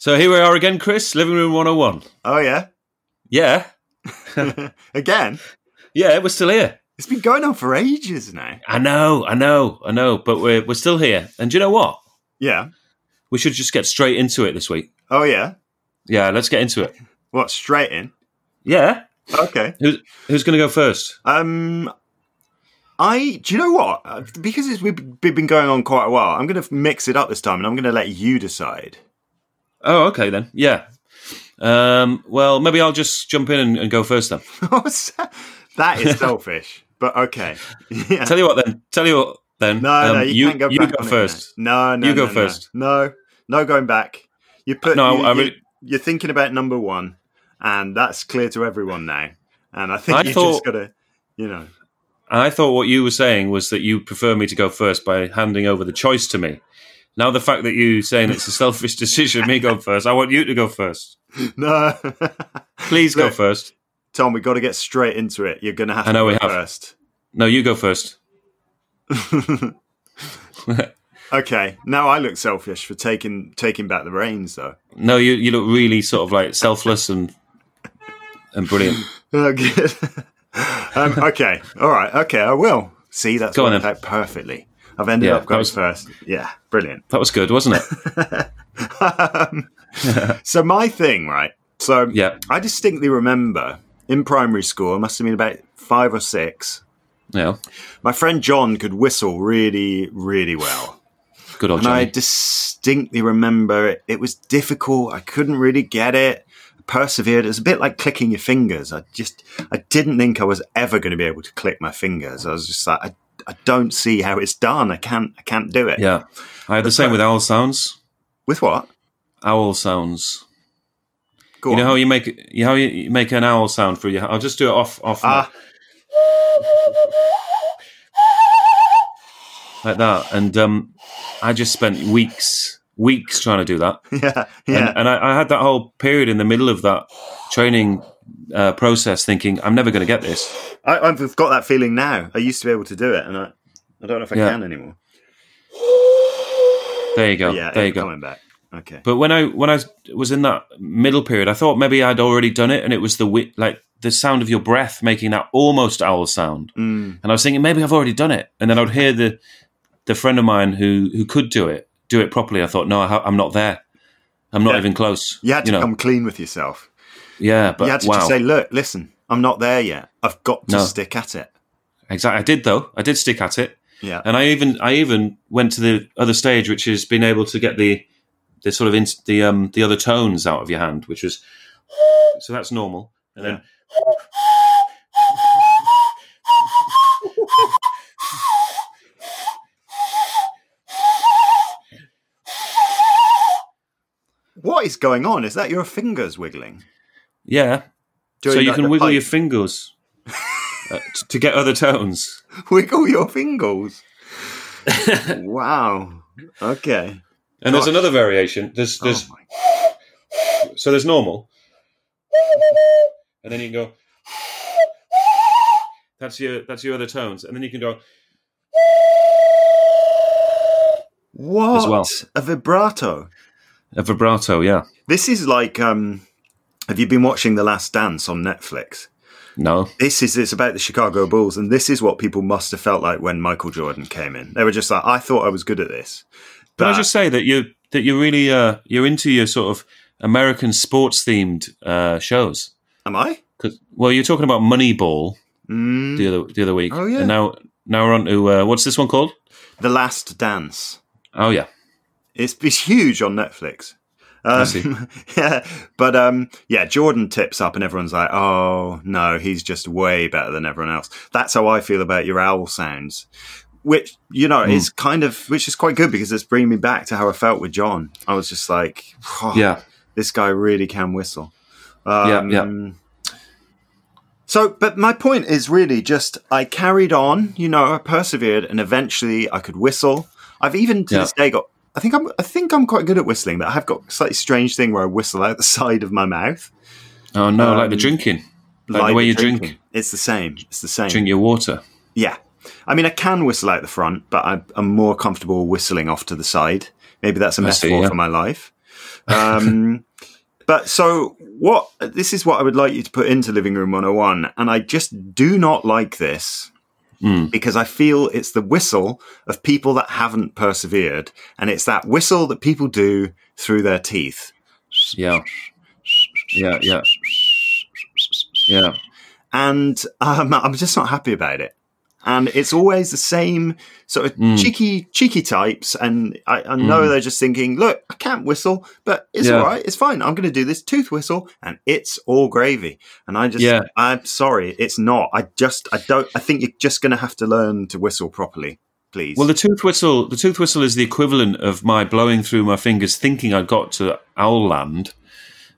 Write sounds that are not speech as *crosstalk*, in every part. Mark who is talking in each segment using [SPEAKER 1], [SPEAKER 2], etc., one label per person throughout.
[SPEAKER 1] So here we are again, Chris, Living Room 101.
[SPEAKER 2] Oh yeah, *laughs*
[SPEAKER 1] Yeah,
[SPEAKER 2] again.
[SPEAKER 1] yeah, we're still here.
[SPEAKER 2] It's been going on for ages now.
[SPEAKER 1] I know, I know, I know, but we're, we're still here. And do you know what?
[SPEAKER 2] Yeah.
[SPEAKER 1] We should just get straight into it this week.
[SPEAKER 2] Oh yeah.
[SPEAKER 1] Yeah, let's get into it.
[SPEAKER 2] What straight in?
[SPEAKER 1] Yeah.
[SPEAKER 2] Okay.
[SPEAKER 1] Who's, who's going to go first?
[SPEAKER 2] Um, I do you know what? Uh, Because it's we've been going on quite a while. I'm going to mix it up this time, and I'm going to let you decide. *laughs*
[SPEAKER 1] Oh, okay then. Yeah. Um, well, maybe I'll just jump in and, and go first *laughs* then.
[SPEAKER 2] that is selfish, but okay. *laughs* Yeah.
[SPEAKER 1] Tell you what then. Tell you what then.
[SPEAKER 2] No,
[SPEAKER 1] Um,
[SPEAKER 2] no, you, can't go
[SPEAKER 1] you
[SPEAKER 2] back
[SPEAKER 1] go
[SPEAKER 2] on it,
[SPEAKER 1] first.
[SPEAKER 2] no. no, no,
[SPEAKER 1] You go
[SPEAKER 2] no,
[SPEAKER 1] first.
[SPEAKER 2] No, no, no going back. You put.
[SPEAKER 1] No,
[SPEAKER 2] you,
[SPEAKER 1] I
[SPEAKER 2] you-
[SPEAKER 1] really-
[SPEAKER 2] you're thinking about number one, and that's clear to everyone now. And I think
[SPEAKER 1] I
[SPEAKER 2] you
[SPEAKER 1] thought-
[SPEAKER 2] just got to, you know, *laughs*
[SPEAKER 1] I thought what you were saying was that you prefer me to go first by handing over the choice to me. Now the fact that you saying it's a selfish decision, me going first, I want you to go first.
[SPEAKER 2] no. *laughs*
[SPEAKER 1] Please go
[SPEAKER 2] Look.
[SPEAKER 1] first.
[SPEAKER 2] Tom, we got to get straight into it. You're going to have
[SPEAKER 1] I
[SPEAKER 2] to
[SPEAKER 1] know
[SPEAKER 2] go
[SPEAKER 1] we have.
[SPEAKER 2] first.
[SPEAKER 1] No, you go first.
[SPEAKER 2] Okay. Now I look selfish for taking taking back the reins, though. *laughs*
[SPEAKER 1] No, you you look really sort of like selfless and and brilliant.
[SPEAKER 2] Oh, good. *laughs* um, okay. All right. Okay. I will. See, that's
[SPEAKER 1] Go on
[SPEAKER 2] worked
[SPEAKER 1] then.
[SPEAKER 2] out perfectly. I've ended
[SPEAKER 1] Yeah,
[SPEAKER 2] up going
[SPEAKER 1] that was-
[SPEAKER 2] first. Yeah. Brilliant.
[SPEAKER 1] That was good,
[SPEAKER 2] *laughs*
[SPEAKER 1] wasn't it?
[SPEAKER 2] So my thing, right? So
[SPEAKER 1] Yeah.
[SPEAKER 2] I distinctly remember in primary school, I must have been about five or six.
[SPEAKER 1] Yeah.
[SPEAKER 2] My friend John could whistle really, really well.
[SPEAKER 1] Good old
[SPEAKER 2] And I
[SPEAKER 1] Johnny.
[SPEAKER 2] distinctly remember it, it was difficult. I couldn't really get it. I persevered. It was a bit like clicking your fingers. I just, I didn't think I was ever going to be able to click my fingers. I was just like, I, I don't see how it's done. I can't, I can't do it.
[SPEAKER 1] Yeah. I had the same with owl sounds.
[SPEAKER 2] With what?
[SPEAKER 1] Owl sounds.
[SPEAKER 2] Go
[SPEAKER 1] You know
[SPEAKER 2] on.
[SPEAKER 1] how you make you how you make an owl sound for you? I'll just do it off off
[SPEAKER 2] Ah. *laughs*
[SPEAKER 1] like that. And um, I just spent weeks weeks trying to do that.
[SPEAKER 2] yeah,
[SPEAKER 1] And,
[SPEAKER 2] yeah,
[SPEAKER 1] and I, I had that whole period in the middle of that training uh, process, thinking I'm never going to get this.
[SPEAKER 2] I, I've got that feeling now. I used to be able to do it, and I, I don't know if I
[SPEAKER 1] Yeah.
[SPEAKER 2] can anymore.
[SPEAKER 1] There you go.
[SPEAKER 2] yeah,
[SPEAKER 1] there you
[SPEAKER 2] it's
[SPEAKER 1] go.
[SPEAKER 2] coming back. Okay.
[SPEAKER 1] But when I when I was in that middle period, I thought maybe I'd already done it, and it was the wi- like the sound of your breath making that almost owl sound,
[SPEAKER 2] Mm,
[SPEAKER 1] and I was thinking maybe I've already done it, and then I'd hear the the friend of mine who who could do it do it properly. I thought no, I ha- I'm not there. I'm not
[SPEAKER 2] Yeah.
[SPEAKER 1] even close.
[SPEAKER 2] you had to
[SPEAKER 1] know.
[SPEAKER 2] come clean with yourself.
[SPEAKER 1] Yeah, but
[SPEAKER 2] you had to
[SPEAKER 1] wow,
[SPEAKER 2] just say, "Look, listen, I'm not there yet. I've got to
[SPEAKER 1] No.
[SPEAKER 2] stick at it."
[SPEAKER 1] exactly. I did though. I did stick at it.
[SPEAKER 2] Yeah.
[SPEAKER 1] and I even I even went to the other stage, which is being able to get the the sort of in, the um the other tones out of your hand, which was so that's normal, and then
[SPEAKER 2] What is going on? Is that your fingers wiggling?
[SPEAKER 1] yeah,
[SPEAKER 2] Doing
[SPEAKER 1] so you
[SPEAKER 2] like
[SPEAKER 1] can
[SPEAKER 2] the
[SPEAKER 1] wiggle
[SPEAKER 2] pipe. *laughs*
[SPEAKER 1] your fingers uh, t- to get other tones.
[SPEAKER 2] wiggle
[SPEAKER 1] *laughs*
[SPEAKER 2] your fingers. wow. Okay.
[SPEAKER 1] And there's
[SPEAKER 2] Gosh.
[SPEAKER 1] another variation. There's there's
[SPEAKER 2] oh my.
[SPEAKER 1] so there's normal, and then you can go. That's your that's your other tones, and then you can go.
[SPEAKER 2] What?
[SPEAKER 1] well.
[SPEAKER 2] A vibrato.
[SPEAKER 1] A vibrato, yeah.
[SPEAKER 2] This is like um have you been watching The Last Dance on Netflix?
[SPEAKER 1] No,
[SPEAKER 2] This is it's about the Chicago Bulls, and this is what people must have felt like when Michael Jordan came in. They were just like, I thought I was good at this.
[SPEAKER 1] Can I
[SPEAKER 2] That-
[SPEAKER 1] just say that you that you're really uh, you're into your sort of American sports themed uh, shows?
[SPEAKER 2] Am I?
[SPEAKER 1] 'Cause- well, you're talking about Moneyball
[SPEAKER 2] Mm,
[SPEAKER 1] the other the other week.
[SPEAKER 2] Oh, yeah.
[SPEAKER 1] And now now we're on to uh, what's this one called?
[SPEAKER 2] the Last Dance.
[SPEAKER 1] Oh yeah,
[SPEAKER 2] It's, it's huge on Netflix. Um,
[SPEAKER 1] see.
[SPEAKER 2] *laughs* yeah, but um, yeah, Jordan tips up, and everyone's like, "Oh no, he's just way better than everyone else." That's how I feel about your owl sounds, which you know
[SPEAKER 1] Hmm.
[SPEAKER 2] is kind of which is quite good because it's bringing me back to how I felt with John. I was just like, *sighs* "Oh,
[SPEAKER 1] yeah,
[SPEAKER 2] this guy really can whistle."
[SPEAKER 1] Yeah, yeah.
[SPEAKER 2] Um, So, but my point is really just I carried on, you know, I persevered, and eventually I could whistle. I've even to
[SPEAKER 1] Yeah.
[SPEAKER 2] this day got. I think I'm. I think I'm quite good at whistling, but I have got a slightly strange thing where I whistle out the side of my mouth,
[SPEAKER 1] Oh no, like the
[SPEAKER 2] Um,
[SPEAKER 1] drinking, like, the
[SPEAKER 2] like
[SPEAKER 1] way you drink
[SPEAKER 2] drinking. It's the same. It's the same.
[SPEAKER 1] drink your water.
[SPEAKER 2] Yeah. I mean, I can whistle out the front, but I, I'm more comfortable whistling off to the side. Maybe that's a
[SPEAKER 1] I see,
[SPEAKER 2] metaphor
[SPEAKER 1] yeah.
[SPEAKER 2] for my life. Um, *laughs* but so what? This is what I would like you to put into Living Room 101, and I just do not like this
[SPEAKER 1] Mm.
[SPEAKER 2] because I feel it's the whistle of people that haven't persevered, and it's that whistle that people do through their teeth.
[SPEAKER 1] Yeah. Yeah. Yeah. Yeah.
[SPEAKER 2] and um, I'm just not happy about it. And it's always the same sort of
[SPEAKER 1] Mm.
[SPEAKER 2] cheeky, cheeky types. And I, I know
[SPEAKER 1] Mm.
[SPEAKER 2] they're just thinking, look, I can't whistle, but it's
[SPEAKER 1] Yeah.
[SPEAKER 2] all right. It's fine. I'm going to do this tooth whistle and it's all gravy. And I just,
[SPEAKER 1] Yeah.
[SPEAKER 2] I'm sorry. It's not. I just, I don't, I think you're just going to have to learn to whistle properly, please.
[SPEAKER 1] Well, the tooth whistle, the tooth whistle is the equivalent of my blowing through my fingers, thinking I'd got to owl land,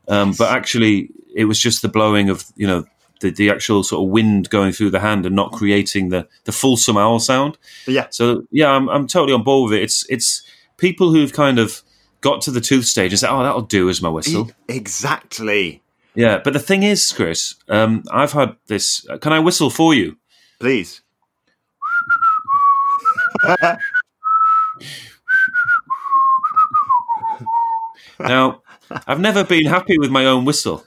[SPEAKER 1] um, but actually it was just the blowing of you know the, the actual sort of wind going through the hand and not creating the the fulsome owl sound.
[SPEAKER 2] yeah.
[SPEAKER 1] So yeah, I'm, I'm totally on board with it. It's it's people who've kind of got to the tooth stage and said, "Oh, that'll do as my whistle."
[SPEAKER 2] E- Exactly.
[SPEAKER 1] Yeah, but the thing is, Chris, um, I've had this. uh, Can I whistle for you?
[SPEAKER 2] Please.
[SPEAKER 1] Now, I've never been happy with my own whistle,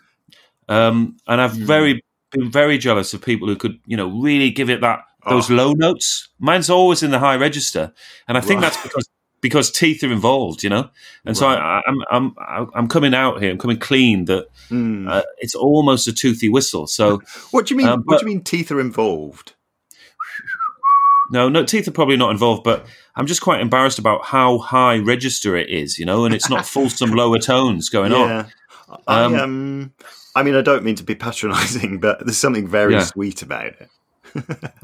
[SPEAKER 1] um, and I've
[SPEAKER 2] Hmm.
[SPEAKER 1] very been very jealous of people who could, you know, really give it that those
[SPEAKER 2] Oh.
[SPEAKER 1] low notes. Mine's always in the high register, and I think
[SPEAKER 2] Right.
[SPEAKER 1] that's because because teeth are involved, you know. And so I, I'm I'm I'm coming out here. I'm coming clean that
[SPEAKER 2] Mm.
[SPEAKER 1] uh, it's almost a toothy whistle. So
[SPEAKER 2] *laughs* what do you mean?
[SPEAKER 1] um,
[SPEAKER 2] what
[SPEAKER 1] but-
[SPEAKER 2] do you mean teeth are involved?
[SPEAKER 1] no, no teeth are probably not involved, but I'm just quite embarrassed about how high register it is, you know, and it's
[SPEAKER 2] *laughs*
[SPEAKER 1] not fulsome lower tones going on.
[SPEAKER 2] Yeah. I,
[SPEAKER 1] Um,
[SPEAKER 2] um, I mean, I don't mean to be patronising, but there's something very
[SPEAKER 1] Yeah.
[SPEAKER 2] sweet about it.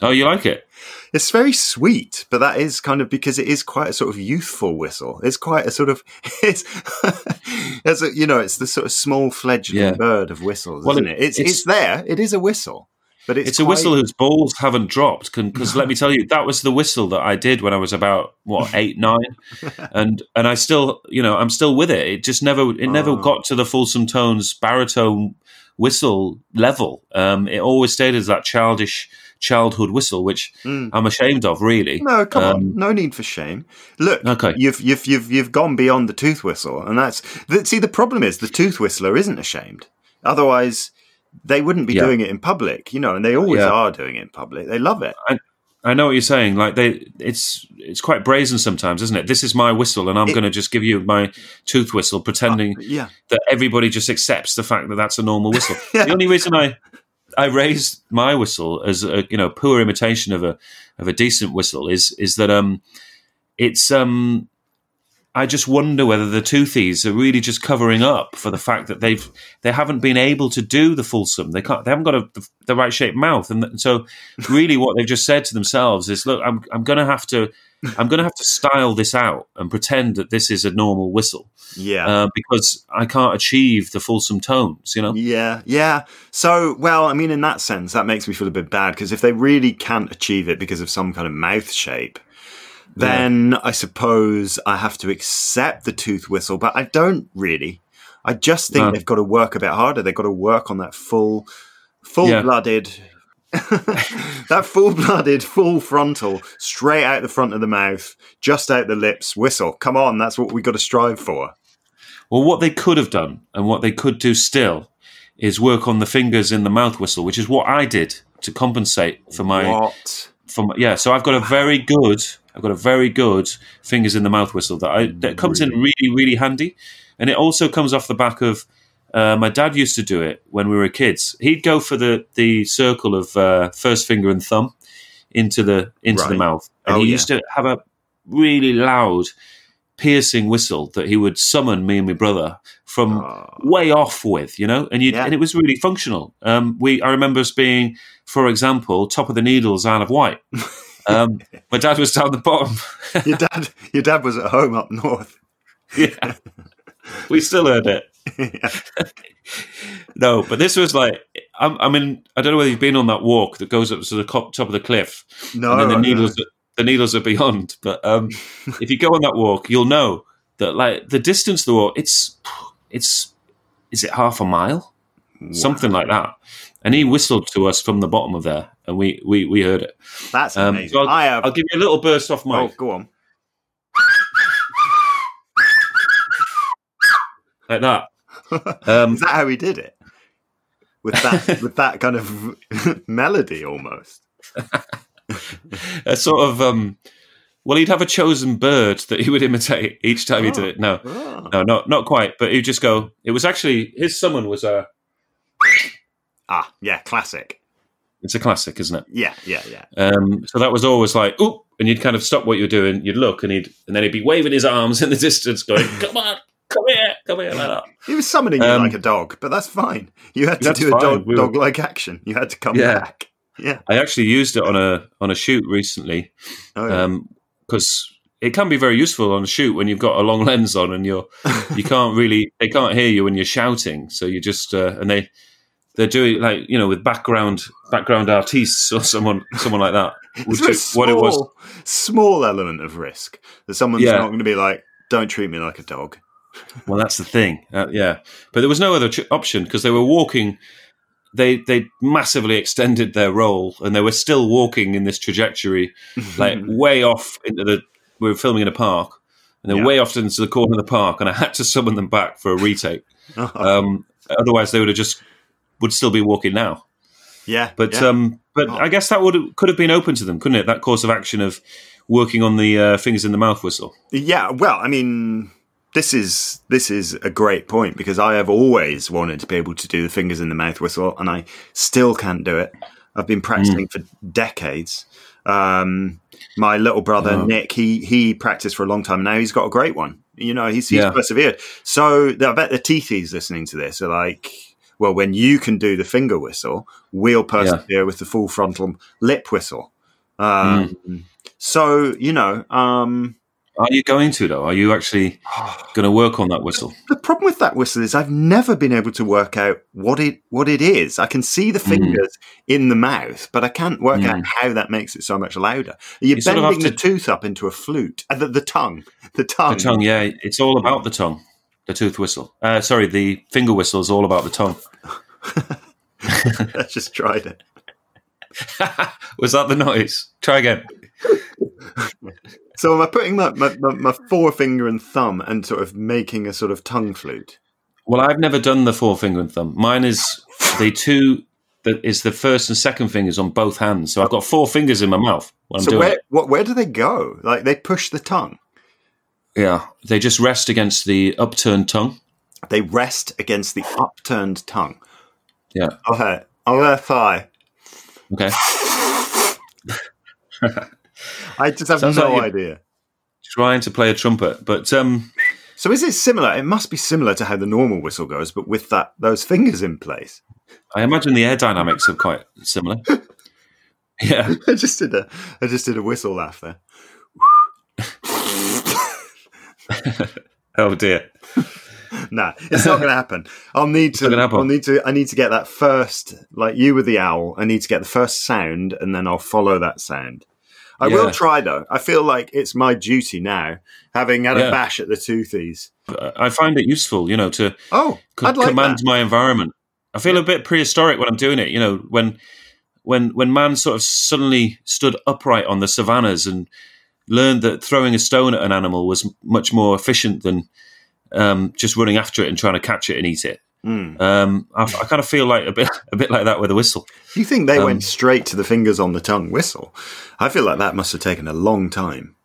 [SPEAKER 1] Oh, you like it?
[SPEAKER 2] It's very sweet, but that is kind of because it is quite a sort of youthful whistle. It's quite a sort of, *laughs* it's, it's a, you know, it's the sort of small fledgling
[SPEAKER 1] Yeah.
[SPEAKER 2] bird of whistles,
[SPEAKER 1] Well,
[SPEAKER 2] isn't it?
[SPEAKER 1] it-
[SPEAKER 2] It's, it's
[SPEAKER 1] it's-
[SPEAKER 2] there. It is a whistle, but it's
[SPEAKER 1] It's, a
[SPEAKER 2] quite-
[SPEAKER 1] whistle whose balls haven't dropped. Because let me tell you, that was the whistle that I did when I was about
[SPEAKER 2] *laughs*
[SPEAKER 1] what eight, nine, and and I still, you know, I'm still with it. It just never, it never
[SPEAKER 2] Oh.
[SPEAKER 1] got to the fulsome tones baritone whistle level. Um, it always stayed as that childish childhood whistle, which
[SPEAKER 2] Mm.
[SPEAKER 1] I'm ashamed of, really.
[SPEAKER 2] No, come on.
[SPEAKER 1] Um,
[SPEAKER 2] No need for shame. Look,
[SPEAKER 1] Okay.
[SPEAKER 2] you've you've you've you've gone beyond the tooth whistle, and that's that, see the problem is the tooth whistler isn't ashamed. Otherwise, they wouldn't be
[SPEAKER 1] Yeah.
[SPEAKER 2] doing it in public, you know, and they always
[SPEAKER 1] Yeah.
[SPEAKER 2] are doing it in public. They love it.
[SPEAKER 1] I know what you're saying. Like they, it's it's quite brazen sometimes, isn't it? This is my whistle, and I'm
[SPEAKER 2] It-
[SPEAKER 1] going to just give you my tooth whistle, pretending
[SPEAKER 2] Yeah.
[SPEAKER 1] that everybody just accepts the fact that that's a normal whistle. The only reason I I raised my whistle as a you know poor imitation of a of a decent whistle is is that um it's um I just wonder whether the toothies are really just covering up for the fact that they've they haven't been able to do the fulsome. They can't. They haven't got a, the, the right shaped mouth, and th- so really, what they've just said to themselves is, "Look, I'm I'm going to have to." I'm going to have to style this out and pretend that this is a normal whistle
[SPEAKER 2] Yeah.
[SPEAKER 1] uh, because I can't achieve the fulsome tones, you know?
[SPEAKER 2] Yeah, yeah. So, well, I mean, in that sense, that makes me feel a bit bad because if they really can't achieve it because of some kind of mouth shape, then I suppose I have to accept the tooth whistle, but I don't really. I just think
[SPEAKER 1] No.
[SPEAKER 2] they've got to work a bit harder. They've got to work on that full, full blooded. *laughs* that full blooded, full frontal, straight out the front of the mouth, just out the lips, whistle. Come on, that's what we got to strive for.
[SPEAKER 1] Well, what they could have done and what they could do still is work on the fingers in the mouth whistle, which is what I did to compensate for my,
[SPEAKER 2] What?
[SPEAKER 1] for my yeah. So I've got a very good, I've got a very good fingers in the mouth whistle that I that comes in really really handy, and it also comes off the back of. Uh, my dad used to do it when we were kids. He'd go for the, the circle of uh, first finger and thumb into the into the
[SPEAKER 2] Right.
[SPEAKER 1] mouth, and
[SPEAKER 2] Oh,
[SPEAKER 1] he
[SPEAKER 2] yeah.
[SPEAKER 1] used to have a really loud piercing whistle that he would summon me and my brother from
[SPEAKER 2] Oh.
[SPEAKER 1] way off with, you know, and you
[SPEAKER 2] Yeah.
[SPEAKER 1] and it was really functional. Um, we I remember us being, for example, top of the needles, Isle of Wight.
[SPEAKER 2] *laughs*
[SPEAKER 1] Um, my dad was down the bottom. *laughs*
[SPEAKER 2] Your dad, your dad was at home up north. *laughs*
[SPEAKER 1] yeah, we still heard it. *laughs* No, but this was like I'm, I mean I don't know whether you've been on that walk that goes up to the cop, top of the cliff,
[SPEAKER 2] No,
[SPEAKER 1] and then
[SPEAKER 2] I
[SPEAKER 1] the
[SPEAKER 2] don't.
[SPEAKER 1] needles the needles are beyond. But
[SPEAKER 2] *laughs*
[SPEAKER 1] um, if you go on that walk, you'll know that like the distance of the walk, it's it's is it half a mile, something like that. And he whistled to us from the bottom of there, and we we, we heard it. Oh.
[SPEAKER 2] That's
[SPEAKER 1] Um,
[SPEAKER 2] amazing.
[SPEAKER 1] so I'll,
[SPEAKER 2] I have.
[SPEAKER 1] I'll give you a little burst *laughs* off
[SPEAKER 2] oh,
[SPEAKER 1] mic.
[SPEAKER 2] go on.
[SPEAKER 1] like that. *laughs* Um,
[SPEAKER 2] Is that how he did it?
[SPEAKER 1] *laughs*
[SPEAKER 2] With that, with that kind of *laughs* melody almost.
[SPEAKER 1] a sort of um well he'd have a chosen bird that he would imitate each time he
[SPEAKER 2] Oh.
[SPEAKER 1] did it no
[SPEAKER 2] Ah.
[SPEAKER 1] no not not quite but he'd just go it was actually his summon was a
[SPEAKER 2] Ah, yeah, classic.
[SPEAKER 1] it's a classic isn't it
[SPEAKER 2] Yeah, yeah, yeah.
[SPEAKER 1] um so that was always like oop and you'd kind of stop what you're doing you'd look and he'd and then he'd be waving his arms in the distance going *laughs* come on come here come here like that
[SPEAKER 2] He was summoning you
[SPEAKER 1] Um,
[SPEAKER 2] like a dog, but that's fine. You had to
[SPEAKER 1] That's
[SPEAKER 2] do a
[SPEAKER 1] fine.
[SPEAKER 2] dog,
[SPEAKER 1] We were-
[SPEAKER 2] dog-like action. You had to come
[SPEAKER 1] Yeah.
[SPEAKER 2] back. Yeah.
[SPEAKER 1] i actually used it on a on a shoot recently
[SPEAKER 2] Oh, yeah.
[SPEAKER 1] um because it can be very useful on a shoot when you've got a long *laughs* lens on and you're you can't really they can't hear you when you're shouting so you just uh, and they they're doing like you know with background background artists or someone someone like that
[SPEAKER 2] *laughs* It's
[SPEAKER 1] which
[SPEAKER 2] a very
[SPEAKER 1] is what it was
[SPEAKER 2] small- Small element of risk that someone's
[SPEAKER 1] Yeah.
[SPEAKER 2] not going to be like, "Don't treat me like a dog." *laughs*
[SPEAKER 1] well that's the thing uh, yeah but there was no other ch- option because they were walking they they massively extended their role and they were still walking in this
[SPEAKER 2] *laughs*
[SPEAKER 1] trajectory like way off into the we were filming in a park and they're
[SPEAKER 2] Yeah.
[SPEAKER 1] way off into the corner of the park and i had to summon them back for a
[SPEAKER 2] *laughs*
[SPEAKER 1] retake um, otherwise they would have just would still be walking now
[SPEAKER 2] yeah,
[SPEAKER 1] But
[SPEAKER 2] yeah.
[SPEAKER 1] um, but
[SPEAKER 2] Oh.
[SPEAKER 1] I guess that would could have been open to them, couldn't it? That course of action of working on the uh, fingers in the mouth whistle.
[SPEAKER 2] Yeah, well, I mean, this is this is a great point because I have always wanted to be able to do the fingers in the mouth whistle, and I still can't do it. I've been practicing
[SPEAKER 1] Mm.
[SPEAKER 2] for decades. Um, my little brother
[SPEAKER 1] Oh.
[SPEAKER 2] Nick, he he practiced for a long time. Now he's got a great one. You know, he's, he's
[SPEAKER 1] Yeah.
[SPEAKER 2] persevered. So I bet the teethies listening to this are like, well, when you can do the finger whistle, we'll persevere with the full frontal lip whistle. Um,
[SPEAKER 1] Mm.
[SPEAKER 2] So you know, um,
[SPEAKER 1] Are you going to though? Are you
[SPEAKER 2] *sighs*
[SPEAKER 1] actually going to work on that whistle?
[SPEAKER 2] the problem with that whistle is I've never been able to work out what it what it is. I can see
[SPEAKER 1] Hmm.
[SPEAKER 2] the fingers in the mouth, but I can't work out how that makes it so much louder. You're
[SPEAKER 1] You sort
[SPEAKER 2] bending
[SPEAKER 1] of have
[SPEAKER 2] the
[SPEAKER 1] to-
[SPEAKER 2] tooth up into a flute. Uh, the, the tongue, the tongue.
[SPEAKER 1] The tongue, yeah, it's all about the tongue. The tooth whistle. Uh, sorry, the finger whistle is all about the
[SPEAKER 2] *laughs*
[SPEAKER 1] tongue.
[SPEAKER 2] *laughs* I just tried it.
[SPEAKER 1] Was that the noise? Try again.
[SPEAKER 2] So am I putting my, my, my, my forefinger and thumb and sort of making a sort of tongue flute?
[SPEAKER 1] Well, I've never done the forefinger and thumb. Mine is the two. That is the first and second fingers on both hands. So I've got four fingers in my mouth when I'm
[SPEAKER 2] so
[SPEAKER 1] doing
[SPEAKER 2] where
[SPEAKER 1] it.
[SPEAKER 2] what, where do they go? Like they push the tongue.
[SPEAKER 1] Yeah, they just rest against the upturned tongue.
[SPEAKER 2] They rest against the upturned tongue. Oh,
[SPEAKER 1] Yeah.
[SPEAKER 2] Okay. On their thigh.
[SPEAKER 1] Okay.
[SPEAKER 2] I just have
[SPEAKER 1] Sounds
[SPEAKER 2] no
[SPEAKER 1] like you-
[SPEAKER 2] idea.
[SPEAKER 1] trying to play a trumpet, but um,
[SPEAKER 2] So is it similar? It must be similar to how the normal whistle goes, but with that those fingers in place. *laughs*
[SPEAKER 1] I imagine the aerodynamics are quite similar. *laughs* Yeah,
[SPEAKER 2] I just did a I just did a whistle laugh there.
[SPEAKER 1] oh dear.
[SPEAKER 2] Nah, it's not going to happen. I'll need to.
[SPEAKER 1] not gonna happen.
[SPEAKER 2] I'll need to. I need to get that first, like you with the owl. I need to get the first sound, and then I'll follow that sound. I will
[SPEAKER 1] Yeah.
[SPEAKER 2] try though. I feel like it's my duty now, having had a
[SPEAKER 1] Yeah.
[SPEAKER 2] bash at the toothies.
[SPEAKER 1] But I find it useful, you know, to
[SPEAKER 2] Oh,
[SPEAKER 1] c-
[SPEAKER 2] I'd like
[SPEAKER 1] command
[SPEAKER 2] that.
[SPEAKER 1] my environment. I feel a bit prehistoric when I'm doing it, you know, when when when man sort of suddenly stood upright on the savannas and learned that throwing a stone at an animal was m- much more efficient than um, just running after it and trying to catch it and eat it.
[SPEAKER 2] Mm.
[SPEAKER 1] Um, I, I kind of feel like a bit a bit like that with a whistle.
[SPEAKER 2] You think they
[SPEAKER 1] Um,
[SPEAKER 2] went straight to the fingers on the tongue whistle? I feel like that must have taken a long time.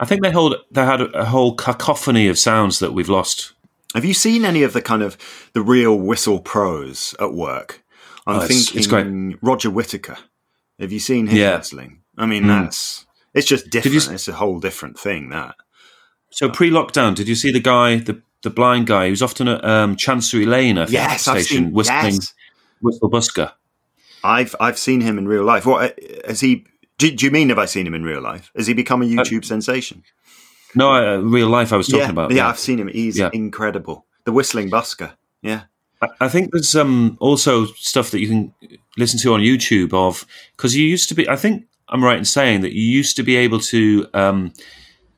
[SPEAKER 1] I think they hold they had a whole cacophony of sounds that we've lost.
[SPEAKER 2] Have you seen any of the kind of the real whistle pros at work? I'm
[SPEAKER 1] Oh, it's-
[SPEAKER 2] thinking
[SPEAKER 1] it's
[SPEAKER 2] Roger Whittaker. Have you seen him
[SPEAKER 1] Yeah.
[SPEAKER 2] whistling? I mean,
[SPEAKER 1] Mm.
[SPEAKER 2] that's it's just different.
[SPEAKER 1] you s-
[SPEAKER 2] it's a whole different thing. That
[SPEAKER 1] So
[SPEAKER 2] Uh.
[SPEAKER 1] pre-lockdown, did you see the guy, the the blind guy who's often at um, Chancery Lane, I think,
[SPEAKER 2] yes, I've
[SPEAKER 1] station,
[SPEAKER 2] seen
[SPEAKER 1] whistling
[SPEAKER 2] yes.
[SPEAKER 1] whistle busker.
[SPEAKER 2] I've I've seen him in real life. What uh, has he? Do, do you mean have I seen him in real life? Has he become a YouTube sensation?
[SPEAKER 1] No, uh, real life. I was Uh, talking
[SPEAKER 2] yeah,
[SPEAKER 1] about.
[SPEAKER 2] yeah, I've seen him. He's
[SPEAKER 1] Yeah.
[SPEAKER 2] incredible. The whistling busker. Yeah.
[SPEAKER 1] I, I think there's um, also stuff that you can listen to on YouTube of because you used to be. I think I'm right in saying that you used to be able to um,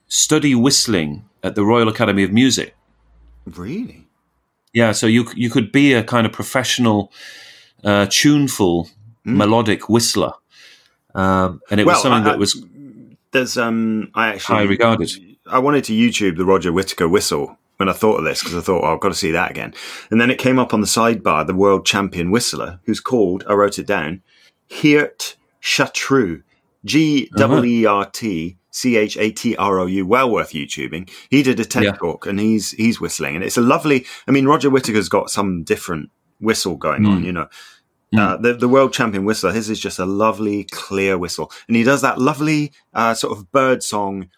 [SPEAKER 1] study whistling at the Royal Academy of Music.
[SPEAKER 2] Really?
[SPEAKER 1] Yeah, so you you could be a kind of professional, uh, tuneful, melodic whistler, um, and it
[SPEAKER 2] Hmm. Well,
[SPEAKER 1] was something
[SPEAKER 2] I- I-
[SPEAKER 1] that was
[SPEAKER 2] There's um. I actually
[SPEAKER 1] high regarded.
[SPEAKER 2] I wanted to YouTube the Roger Whittaker whistle when I thought of this because I thought, oh, I've got to see that again. And then it came up on the sidebar, the world champion whistler, who's called, I wrote it down, Heert Chatru, G W E R T C H A T R O U. Well worth YouTubing. He did a TED
[SPEAKER 1] Yeah.
[SPEAKER 2] talk and he's he's whistling, and it's a lovely. I mean, Roger Whittaker's got some different whistle going
[SPEAKER 1] Mm.
[SPEAKER 2] on, you know. Uh, the, the world champion whistler, his is just a lovely, clear whistle. And he does that lovely uh, sort of bird song,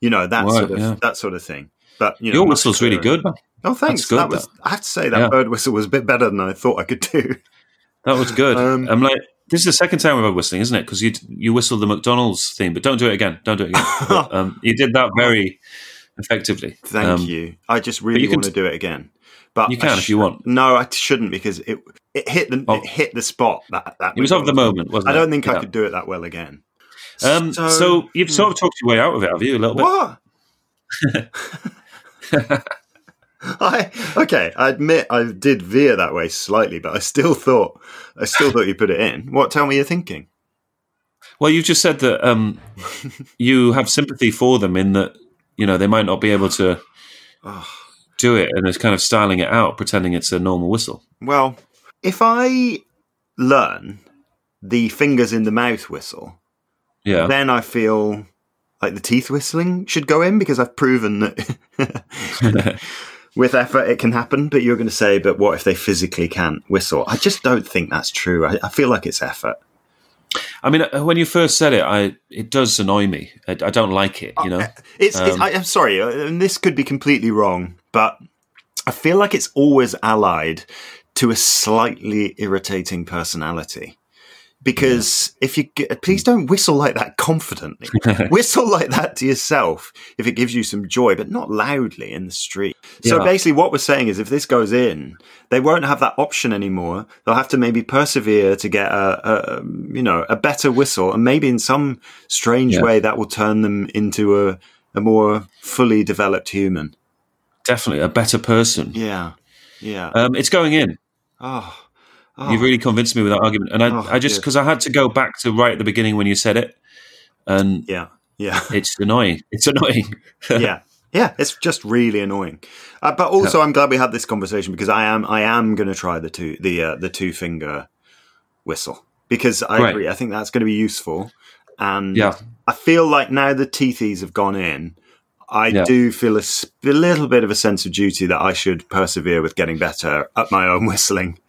[SPEAKER 2] you know, that
[SPEAKER 1] Right,
[SPEAKER 2] sort of
[SPEAKER 1] yeah.
[SPEAKER 2] that sort of thing. But you know,
[SPEAKER 1] Your
[SPEAKER 2] much
[SPEAKER 1] whistle's really
[SPEAKER 2] clearer.
[SPEAKER 1] good. man.
[SPEAKER 2] Oh, thanks.
[SPEAKER 1] good,
[SPEAKER 2] that was, I have to say, that
[SPEAKER 1] Yeah.
[SPEAKER 2] bird whistle was a bit better than I thought I could do. *laughs*
[SPEAKER 1] That was good.
[SPEAKER 2] Um,
[SPEAKER 1] I'm like, this is the second time we've had whistling, isn't it? Because you you whistled the McDonald's theme, but don't do it again. Don't do it
[SPEAKER 2] *laughs*
[SPEAKER 1] again. But, um, you did that very effectively.
[SPEAKER 2] Thank
[SPEAKER 1] Um,
[SPEAKER 2] you. I just really
[SPEAKER 1] you can
[SPEAKER 2] want to do it again. But
[SPEAKER 1] You
[SPEAKER 2] I
[SPEAKER 1] can if you want.
[SPEAKER 2] No, I shouldn't because it it hit the
[SPEAKER 1] Oh.
[SPEAKER 2] it hit the spot. That that
[SPEAKER 1] It was of the moment, wasn't
[SPEAKER 2] I
[SPEAKER 1] it?
[SPEAKER 2] don't think I
[SPEAKER 1] Yeah.
[SPEAKER 2] could do it that well again.
[SPEAKER 1] Um, so,
[SPEAKER 2] So-
[SPEAKER 1] you've sort of talked your way out of it, have you? A little bit.
[SPEAKER 2] What?
[SPEAKER 1] *laughs*
[SPEAKER 2] I okay. I admit I did veer that way slightly, but I still thought I still thought you put it in. What? Tell me you're thinking.
[SPEAKER 1] Well, you just said that
[SPEAKER 2] *laughs*
[SPEAKER 1] um, you have sympathy for them in that you know they might not be able to
[SPEAKER 2] Oh.
[SPEAKER 1] do it, and it's kind of styling it out, pretending it's a normal whistle.
[SPEAKER 2] Well, if I learn the fingers in the mouth whistle,
[SPEAKER 1] Yeah,
[SPEAKER 2] then I feel like the teeth whistling should go in because I've proven that with effort it can happen. But you're going to say, but what if they physically can't whistle? I just don't think that's true. I, I feel like it's effort.
[SPEAKER 1] I mean, uh, when you first said it, I it does annoy me. I, I don't like
[SPEAKER 2] Uh,
[SPEAKER 1] it. You know,
[SPEAKER 2] It's. it's I, I'm sorry, uh, and this could be completely wrong, but I feel like it's always allied to a slightly irritating personality. Because if you get, please don't whistle like that confidently, whistle like that to yourself if it gives you some joy, but not loudly in the street. So
[SPEAKER 1] Yeah.
[SPEAKER 2] basically, what we're saying is, if this goes in, they won't have that option anymore. They'll have to maybe persevere to get a, a you know a better whistle, and maybe in some strange
[SPEAKER 1] Yeah.
[SPEAKER 2] way that will turn them into a a more fully developed human.
[SPEAKER 1] definitely a better person.
[SPEAKER 2] Yeah, yeah.
[SPEAKER 1] Um, it's going in.
[SPEAKER 2] oh,
[SPEAKER 1] You've really convinced me with that argument, and I,
[SPEAKER 2] Oh,
[SPEAKER 1] I just
[SPEAKER 2] dear.
[SPEAKER 1] because I had to go back to right at the beginning when you said it, and
[SPEAKER 2] yeah, yeah. *laughs*
[SPEAKER 1] it's annoying. It's *laughs* annoying.
[SPEAKER 2] yeah yeah it's just really annoying uh, but also i'm glad we had this conversation because i am i am going to try the two the uh, the two finger whistle because i
[SPEAKER 1] Right.
[SPEAKER 2] agree i think that's going to be useful and
[SPEAKER 1] Yeah.
[SPEAKER 2] i feel like now the teethies have gone in I
[SPEAKER 1] Yeah.
[SPEAKER 2] do feel a, sp- a little bit of a sense of duty that I should persevere with getting better at my own *laughs* whistling.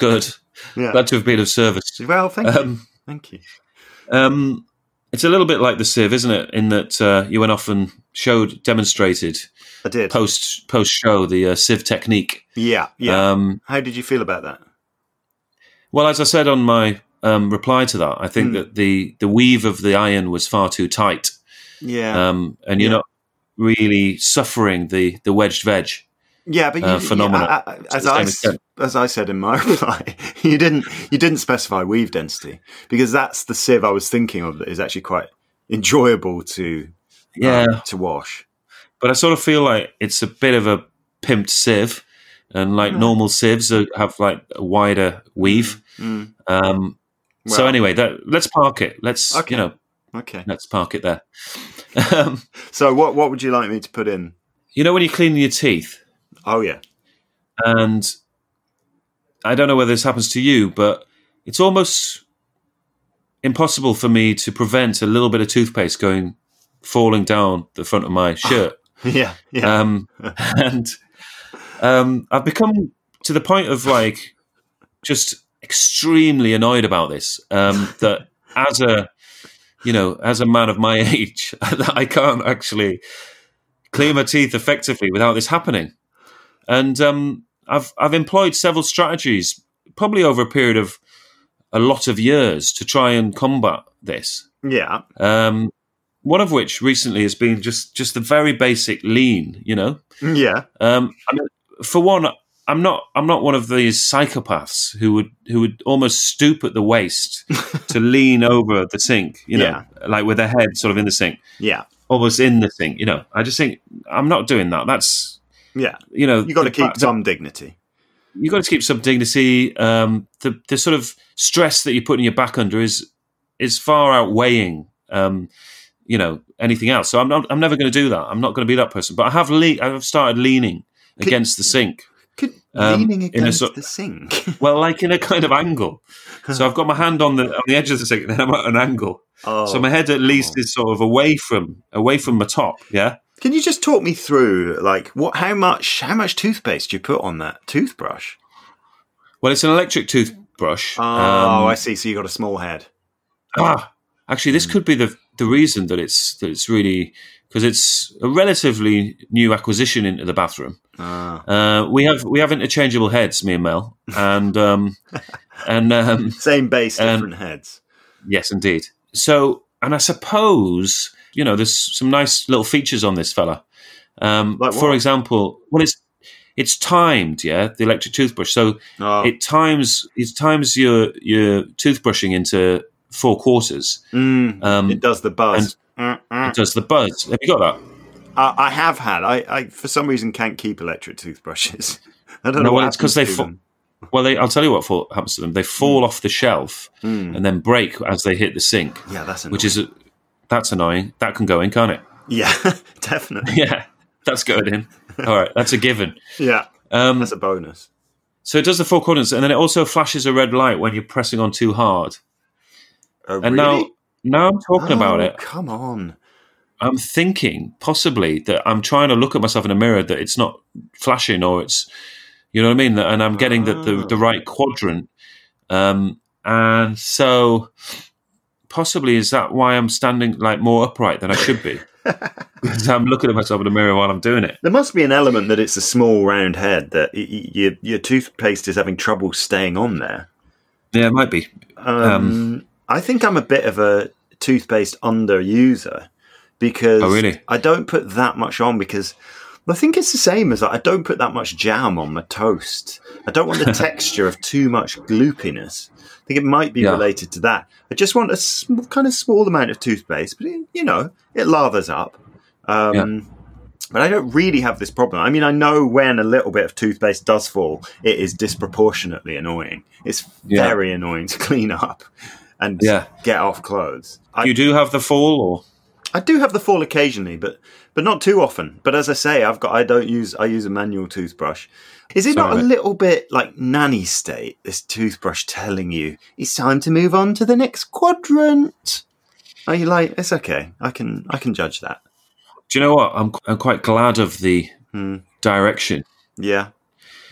[SPEAKER 1] Good.
[SPEAKER 2] Yeah.
[SPEAKER 1] Glad to have been of service.
[SPEAKER 2] well, thank you.
[SPEAKER 1] Um,
[SPEAKER 2] Thank you.
[SPEAKER 1] um, it's a little bit like the sieve, isn't it? In that uh, you went off and showed, demonstrated
[SPEAKER 2] I did.
[SPEAKER 1] post post show the uh, sieve technique.
[SPEAKER 2] yeah. Yeah.
[SPEAKER 1] Um,
[SPEAKER 2] How did you feel about that?
[SPEAKER 1] well, as I said on my um, reply to that, I think
[SPEAKER 2] Hmm.
[SPEAKER 1] that the the weave of the iron was far too tight,
[SPEAKER 2] Yeah.
[SPEAKER 1] um, and you're
[SPEAKER 2] Yeah.
[SPEAKER 1] not really suffering the the wedged veg.
[SPEAKER 2] Yeah, but you,
[SPEAKER 1] uh,
[SPEAKER 2] you-
[SPEAKER 1] phenomenon.
[SPEAKER 2] I- I-
[SPEAKER 1] To
[SPEAKER 2] as
[SPEAKER 1] the
[SPEAKER 2] I
[SPEAKER 1] same
[SPEAKER 2] s-
[SPEAKER 1] extent.
[SPEAKER 2] as I said in my *laughs* reply, you didn't you didn't specify weave density because that's the sieve I was thinking of that is actually quite enjoyable to uh,
[SPEAKER 1] Yeah,
[SPEAKER 2] to wash.
[SPEAKER 1] Um, but I sort of feel like it's a bit of a pimped sieve, and
[SPEAKER 2] Hmm.
[SPEAKER 1] like normal sieves are, have like a wider weave.
[SPEAKER 2] Mm,
[SPEAKER 1] Um, so
[SPEAKER 2] Well-
[SPEAKER 1] anyway, that, let's park it. Let's
[SPEAKER 2] Okay.
[SPEAKER 1] you know
[SPEAKER 2] okay,
[SPEAKER 1] let's park it there. um,
[SPEAKER 2] so what what would you like me to put in?
[SPEAKER 1] you know when you're cleaning your teeth,
[SPEAKER 2] Oh yeah, *laughs*
[SPEAKER 1] and I don't know whether this happens to you, but it's almost impossible for me to prevent a little bit of toothpaste going falling down the front of
[SPEAKER 2] *laughs*
[SPEAKER 1] my shirt.
[SPEAKER 2] yeah, yeah.
[SPEAKER 1] um, and um, I've become to the point of like just extremely annoyed about this. Um, that as a you know as a man of my *laughs* age, I can't actually clean my teeth effectively without this happening. And um, I've I've employed several strategies, probably over a period of a lot of years, to try and combat this.
[SPEAKER 2] yeah,
[SPEAKER 1] Um, one of which recently has been just just the very basic lean, you know.
[SPEAKER 2] yeah,
[SPEAKER 1] Um, I mean, for one, I'm not I'm not one of these psychopaths who would who would almost stoop at the
[SPEAKER 2] *laughs*
[SPEAKER 1] waist to lean over the sink, you know, like with their head sort of in the sink,
[SPEAKER 2] yeah,
[SPEAKER 1] almost in the sink, you know. I just think I'm not doing that. That's
[SPEAKER 2] yeah.
[SPEAKER 1] you know,
[SPEAKER 2] You got to
[SPEAKER 1] the-
[SPEAKER 2] keep
[SPEAKER 1] the-
[SPEAKER 2] some dignity.
[SPEAKER 1] you got to keep some dignity. Um, the the sort of stress that you're putting your back under is is far outweighing um, you know anything else. So I'm not, I'm never going to do that. I'm not going to be that person. But I have le- I've started leaning against the sink.
[SPEAKER 2] Could,
[SPEAKER 1] Um,
[SPEAKER 2] leaning
[SPEAKER 1] in a
[SPEAKER 2] against
[SPEAKER 1] sort-
[SPEAKER 2] the sink.
[SPEAKER 1] Well, like in a kind of angle. So I've got my hand on the on the edge of the sink, and then I'm at an angle.
[SPEAKER 2] *laughs* Oh.
[SPEAKER 1] so my head at least is sort of away from away from my top. Yeah.
[SPEAKER 2] Can you just talk me through like what how much how much toothpaste do you put on that toothbrush?
[SPEAKER 1] Well, it's an electric toothbrush.
[SPEAKER 2] Oh,
[SPEAKER 1] Um,
[SPEAKER 2] I see. So you got a small head.
[SPEAKER 1] ah, actually,
[SPEAKER 2] Hmm.
[SPEAKER 1] this could be the the reason that it's that it's really because it's a relatively new acquisition into the bathroom.
[SPEAKER 2] Ah.
[SPEAKER 1] Uh, we have we have interchangeable heads, me and Mel, and
[SPEAKER 2] *laughs*
[SPEAKER 1] um, and um,
[SPEAKER 2] Same base,
[SPEAKER 1] Um,
[SPEAKER 2] different heads.
[SPEAKER 1] yes, indeed. So, and I suppose you know there's some nice little features on this fella. Um,
[SPEAKER 2] Like what?
[SPEAKER 1] for example, well, it's it's timed, yeah, the electric toothbrush. So
[SPEAKER 2] Oh.
[SPEAKER 1] it times it times your your toothbrushing into four quarters.
[SPEAKER 2] Mm.
[SPEAKER 1] Um,
[SPEAKER 2] it does the buzz. Mm-mm.
[SPEAKER 1] it does the buzz. Have you got that?
[SPEAKER 2] I, I have had. I, I for some reason can't keep electric toothbrushes. *laughs* I don't
[SPEAKER 1] No,
[SPEAKER 2] know
[SPEAKER 1] well,
[SPEAKER 2] what
[SPEAKER 1] it's 'cause they
[SPEAKER 2] happens to
[SPEAKER 1] fo-
[SPEAKER 2] them.
[SPEAKER 1] Well, they, I'll tell you what fall, happens to them. They
[SPEAKER 2] Hmm.
[SPEAKER 1] fall off the shelf
[SPEAKER 2] Mm.
[SPEAKER 1] and then break as they hit the sink,
[SPEAKER 2] Yeah, that's annoying.
[SPEAKER 1] which is a, that's annoying. That can go in, can't it? *laughs*
[SPEAKER 2] *laughs* yeah, definitely.
[SPEAKER 1] Yeah, that's going in. All right, that's a given.
[SPEAKER 2] Yeah,
[SPEAKER 1] Um,
[SPEAKER 2] that's a bonus.
[SPEAKER 1] so it does the four corners, and then it also flashes a red light when you're pressing on too hard.
[SPEAKER 2] Oh,
[SPEAKER 1] And
[SPEAKER 2] really?
[SPEAKER 1] now, now I'm talking about
[SPEAKER 2] Oh,
[SPEAKER 1] it.
[SPEAKER 2] Come on.
[SPEAKER 1] I'm thinking possibly that I'm trying to look at myself in a mirror that it's not flashing or it's, you know what I mean? And I'm getting the, the, the right quadrant. Um, and so possibly is that why I'm standing like more upright than I should
[SPEAKER 2] *laughs*
[SPEAKER 1] be? 'Cause I'm looking at myself in the mirror while I'm doing it.
[SPEAKER 2] There must be an element that it's a small round head that y- y- your your toothpaste is having trouble staying on there.
[SPEAKER 1] Yeah, it might be.
[SPEAKER 2] Um, I think I'm a bit of a toothpaste under user because
[SPEAKER 1] Oh, really?
[SPEAKER 2] I don't put that much on because I think it's the same as like, I don't put that much jam on my toast. I don't
[SPEAKER 1] *laughs*
[SPEAKER 2] want the texture of too much gloopiness. I think it might be
[SPEAKER 1] Yeah.
[SPEAKER 2] related to that. I just want a sm- kind of small amount of toothpaste, but it, you know, it lathers up. Um, But I don't really have this problem. I mean, I know when a little bit of toothpaste does fall, it is disproportionately annoying. It's
[SPEAKER 1] Yeah.
[SPEAKER 2] very annoying to *laughs* clean up and
[SPEAKER 1] Yeah.
[SPEAKER 2] get off clothes. I,
[SPEAKER 1] you do have the fall or?
[SPEAKER 2] I do have the fall occasionally, but but not too often. But as I say, I've got I don't use I use a manual toothbrush. Is it not
[SPEAKER 1] Sorry,
[SPEAKER 2] a
[SPEAKER 1] mate.
[SPEAKER 2] little bit like nanny state? This toothbrush telling you it's time to move on to the next quadrant. Are you like it's okay? I can I can judge that.
[SPEAKER 1] Do you know what? I'm, I'm quite glad of the
[SPEAKER 2] Hmm.
[SPEAKER 1] direction
[SPEAKER 2] Yeah.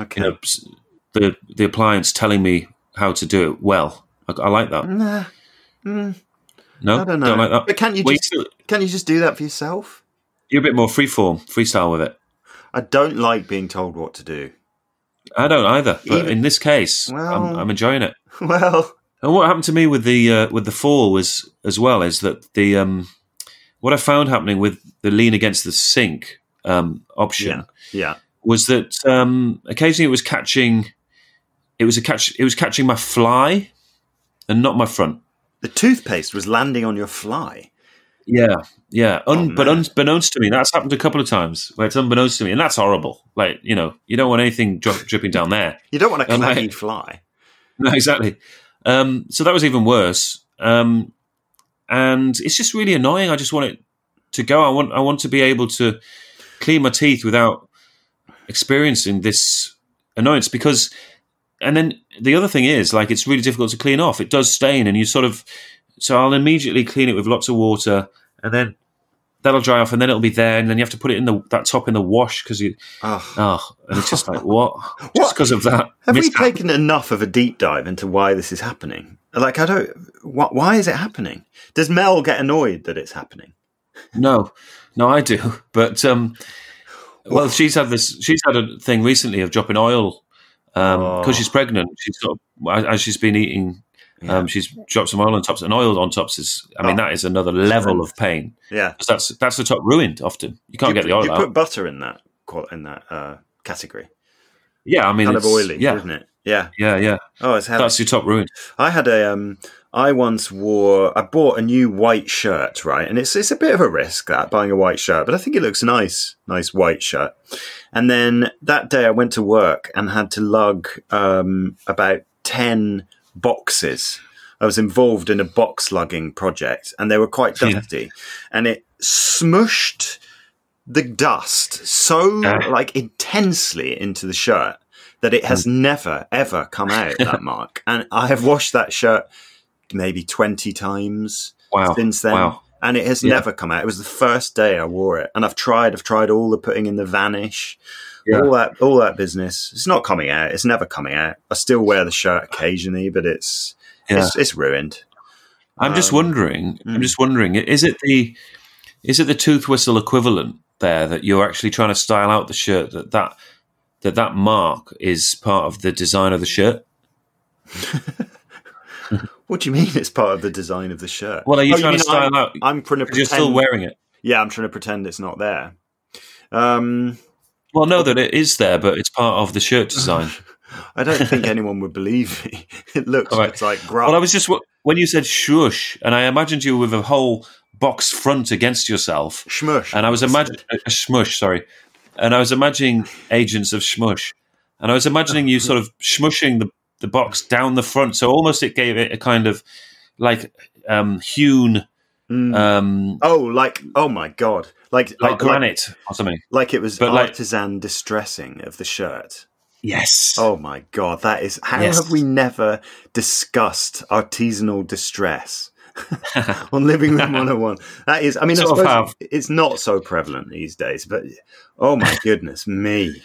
[SPEAKER 2] Okay.
[SPEAKER 1] you know, s- the the appliance telling me how to do it well. I, I like that.
[SPEAKER 2] Nah. Mm,
[SPEAKER 1] No,
[SPEAKER 2] Hmm. I don't know.
[SPEAKER 1] like that.
[SPEAKER 2] But can't you
[SPEAKER 1] Well,
[SPEAKER 2] just-
[SPEAKER 1] you're, still-
[SPEAKER 2] can you just do that for yourself?
[SPEAKER 1] you're a bit more freeform, freestyle with it.
[SPEAKER 2] I don't like being told what to do. *laughs*
[SPEAKER 1] I don't either, but
[SPEAKER 2] Even-
[SPEAKER 1] in this case, I'm,
[SPEAKER 2] Well-
[SPEAKER 1] I'm enjoying it.
[SPEAKER 2] Well,
[SPEAKER 1] And what happened to me with the uh, with the fall was as well is that the um, what I found happening with the lean against the sink um, option
[SPEAKER 2] yeah, yeah.
[SPEAKER 1] was that um, occasionally it was catching it was a catch it was catching my fly and not my front.
[SPEAKER 2] The toothpaste was landing on your fly.
[SPEAKER 1] Yeah, yeah. Un-
[SPEAKER 2] man.
[SPEAKER 1] but unbeknownst to me, that's happened a couple of times where it's unbeknownst to me, and that's horrible. Like you know, you don't want anything dri- dripping down there.
[SPEAKER 2] You don't want a
[SPEAKER 1] And I-
[SPEAKER 2] claggy fly.
[SPEAKER 1] *laughs* No, exactly. Um, so that was even worse. Um, and it's just really annoying. I just want it to go. I want I want to be able to clean my teeth without experiencing this annoyance because and then the other thing is like it's really difficult to clean off. It does stain and you sort of so I'll immediately clean it with lots of water and then that'll dry off and then it'll be there and then you have to put it in the that top in the wash because you
[SPEAKER 2] Ugh.
[SPEAKER 1] oh and it's just like what just
[SPEAKER 2] *laughs* What?
[SPEAKER 1] because of that
[SPEAKER 2] Have we
[SPEAKER 1] mishap.
[SPEAKER 2] taken enough of a deep dive into why this is happening? Like, I don't. Wh- why is it happening? Does Mel get annoyed that it's happening?
[SPEAKER 1] No, no, I do. *laughs* But um, well, she's had this. She's had a thing recently of dropping oil because
[SPEAKER 2] Oh.
[SPEAKER 1] she's pregnant. She's sort of, as she's been eating. Um, she's dropped some oil on tops, and oil on tops is. I mean,
[SPEAKER 2] Oh.
[SPEAKER 1] that is another level of pain
[SPEAKER 2] Yeah.
[SPEAKER 1] 'Cause that's that's the top ruined. Often you can't
[SPEAKER 2] you,
[SPEAKER 1] get
[SPEAKER 2] put-
[SPEAKER 1] the oil
[SPEAKER 2] you
[SPEAKER 1] out.
[SPEAKER 2] put butter in that qual- in that uh, category.
[SPEAKER 1] yeah, I mean,
[SPEAKER 2] Kind of
[SPEAKER 1] it's-
[SPEAKER 2] oily,
[SPEAKER 1] Yeah,
[SPEAKER 2] isn't it? Yeah.
[SPEAKER 1] yeah, yeah.
[SPEAKER 2] Oh, it's heavy.
[SPEAKER 1] That's your top ruined.
[SPEAKER 2] I had a um I once wore I bought a new white shirt, right? And it's it's a bit of a risk that buying a white shirt, but I think it looks nice, nice white shirt. And then that day I went to work and had to lug um about 10 boxes I was involved in a box lugging project, and they were quite
[SPEAKER 1] Yeah.
[SPEAKER 2] dusty, and it smushed the dust so
[SPEAKER 1] Ah.
[SPEAKER 2] like intensely into the shirt that it has
[SPEAKER 1] Hmm.
[SPEAKER 2] never ever come out
[SPEAKER 1] *laughs*
[SPEAKER 2] that mark. And I have washed that shirt maybe twenty times
[SPEAKER 1] Wow.
[SPEAKER 2] since then.
[SPEAKER 1] Wow.
[SPEAKER 2] And it has
[SPEAKER 1] Yeah.
[SPEAKER 2] never come out. It was the first day I wore it, and I've tried. I've tried all the putting in the vanish,
[SPEAKER 1] Yeah.
[SPEAKER 2] all that, all that business. It's not coming out. It's never coming out. I still wear the shirt occasionally, but it's
[SPEAKER 1] Yeah.
[SPEAKER 2] it's, it's ruined.
[SPEAKER 1] I'm just
[SPEAKER 2] Um,
[SPEAKER 1] wondering. I'm just wondering. Is it the is it the tooth whistle equivalent there that you're actually trying to style out the shirt that that that that mark is part of the design of the shirt?
[SPEAKER 2] What do you mean? *laughs* It's part of the design of the shirt.
[SPEAKER 1] Well, are you
[SPEAKER 2] Oh,
[SPEAKER 1] trying to
[SPEAKER 2] mean
[SPEAKER 1] style
[SPEAKER 2] I'm,
[SPEAKER 1] out?
[SPEAKER 2] I'm trying to
[SPEAKER 1] You're
[SPEAKER 2] pretend.
[SPEAKER 1] still wearing it.
[SPEAKER 2] yeah, I'm trying to pretend it's not there. Um,
[SPEAKER 1] Well, no, that it is there, but it's part of the shirt
[SPEAKER 2] *laughs*
[SPEAKER 1] design. *laughs*
[SPEAKER 2] I don't think anyone would believe me. *laughs* It looks
[SPEAKER 1] All right.
[SPEAKER 2] it's like grub.
[SPEAKER 1] well, I was just when you said shush, and I imagined you with a whole box front against yourself,
[SPEAKER 2] Shmush.
[SPEAKER 1] and I was imagining a smush, sorry, and I was imagining agents of smush, and I was imagining
[SPEAKER 2] Oh.
[SPEAKER 1] you sort of smushing the the box down the front, so almost it gave it a kind of like um hewn
[SPEAKER 2] Mm.
[SPEAKER 1] um
[SPEAKER 2] oh, like oh my god, like
[SPEAKER 1] like
[SPEAKER 2] like
[SPEAKER 1] granite or something.
[SPEAKER 2] like it was
[SPEAKER 1] But, like-
[SPEAKER 2] artisan distressing of the shirt.
[SPEAKER 1] Yes.
[SPEAKER 2] Oh my god, that is how
[SPEAKER 1] Yes.
[SPEAKER 2] have we never discussed artisanal
[SPEAKER 1] *laughs*
[SPEAKER 2] distress on Living Room 101? That is, I mean, I
[SPEAKER 1] Sort of
[SPEAKER 2] suppose
[SPEAKER 1] have.
[SPEAKER 2] it's not so prevalent these days, but oh my goodness me!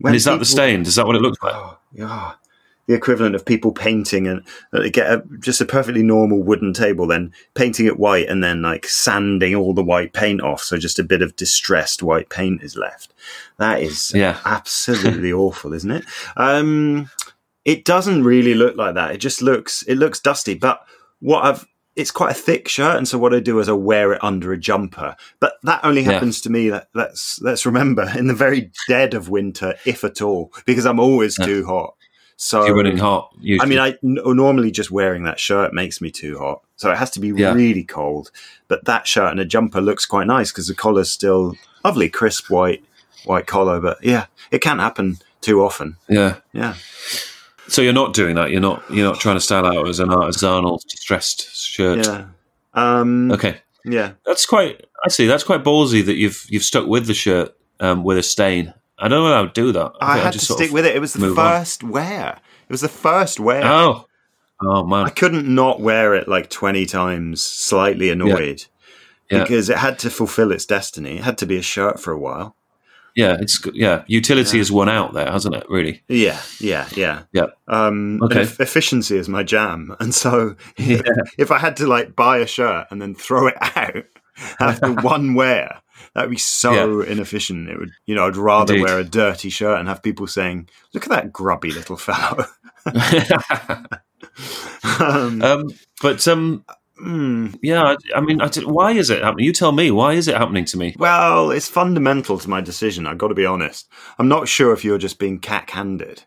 [SPEAKER 2] When
[SPEAKER 1] and is that the
[SPEAKER 2] people-
[SPEAKER 1] stained? Is that what it looks like?
[SPEAKER 2] Oh, yeah. The equivalent of people painting and uh, get a, just a perfectly normal wooden table, then painting it white and then like sanding all the white paint off. So just a bit of distressed white paint is left. That is
[SPEAKER 1] Yeah.
[SPEAKER 2] absolutely awful, isn't it? Um, it doesn't really look like that. It just looks it looks dusty. But what I've it's quite a thick shirt, and so what I do is I wear it under a jumper. But that only
[SPEAKER 1] Yeah.
[SPEAKER 2] happens to me. That, let's let's remember in the very dead of winter, if at all, because I'm always
[SPEAKER 1] Yeah.
[SPEAKER 2] too hot. So
[SPEAKER 1] You're running hot.
[SPEAKER 2] I
[SPEAKER 1] Usually.
[SPEAKER 2] mean, I n- normally just wearing that shirt makes me too hot, so it has to be
[SPEAKER 1] Yeah.
[SPEAKER 2] really cold. But that shirt and a jumper looks quite nice because the collar's still lovely, crisp white white collar. But yeah, it can happen too often.
[SPEAKER 1] yeah.
[SPEAKER 2] Yeah,
[SPEAKER 1] So you're not doing that. You're not. You're not trying to style out as an artisanal distressed shirt.
[SPEAKER 2] yeah, um,
[SPEAKER 1] Okay,
[SPEAKER 2] yeah.
[SPEAKER 1] that's quite. I see. That's quite ballsy that you've you've stuck with the shirt um, with a stain. I don't know how I would do that.
[SPEAKER 2] I,
[SPEAKER 1] think
[SPEAKER 2] had to
[SPEAKER 1] just sort
[SPEAKER 2] stick
[SPEAKER 1] of-
[SPEAKER 2] with it. It was the
[SPEAKER 1] move on.
[SPEAKER 2] first wear. It was the first wear.
[SPEAKER 1] Oh, oh man.
[SPEAKER 2] I couldn't not wear it like twenty times. Slightly annoyed.
[SPEAKER 1] Yeah.
[SPEAKER 2] Because it had to fulfill its destiny. It had to be a shirt for a while.
[SPEAKER 1] yeah, it's g- yeah. Utility has won out there, hasn't it? Really. *laughs*
[SPEAKER 2] Yeah, yeah, yeah.
[SPEAKER 1] Yeah.
[SPEAKER 2] Um, and
[SPEAKER 1] Okay.
[SPEAKER 2] eff- efficiency is my jam, *laughs* and
[SPEAKER 1] *laughs*
[SPEAKER 2] so if I had to like buy a shirt and then throw it *laughs* out
[SPEAKER 1] *laughs*
[SPEAKER 2] after one wear, that would be so inefficient. It would, you know, I'd rather
[SPEAKER 1] Indeed.
[SPEAKER 2] wear a dirty shirt and have people saying, "Look at that grubby little fellow." *laughs* um,
[SPEAKER 1] um, but um,
[SPEAKER 2] mm.
[SPEAKER 1] yeah. I, I mean, I did- why is it happening? You tell me. Why is it happening to me?
[SPEAKER 2] Well, it's fundamental to my decision. I've got to be honest. I'm not sure if you're just being cack-handed.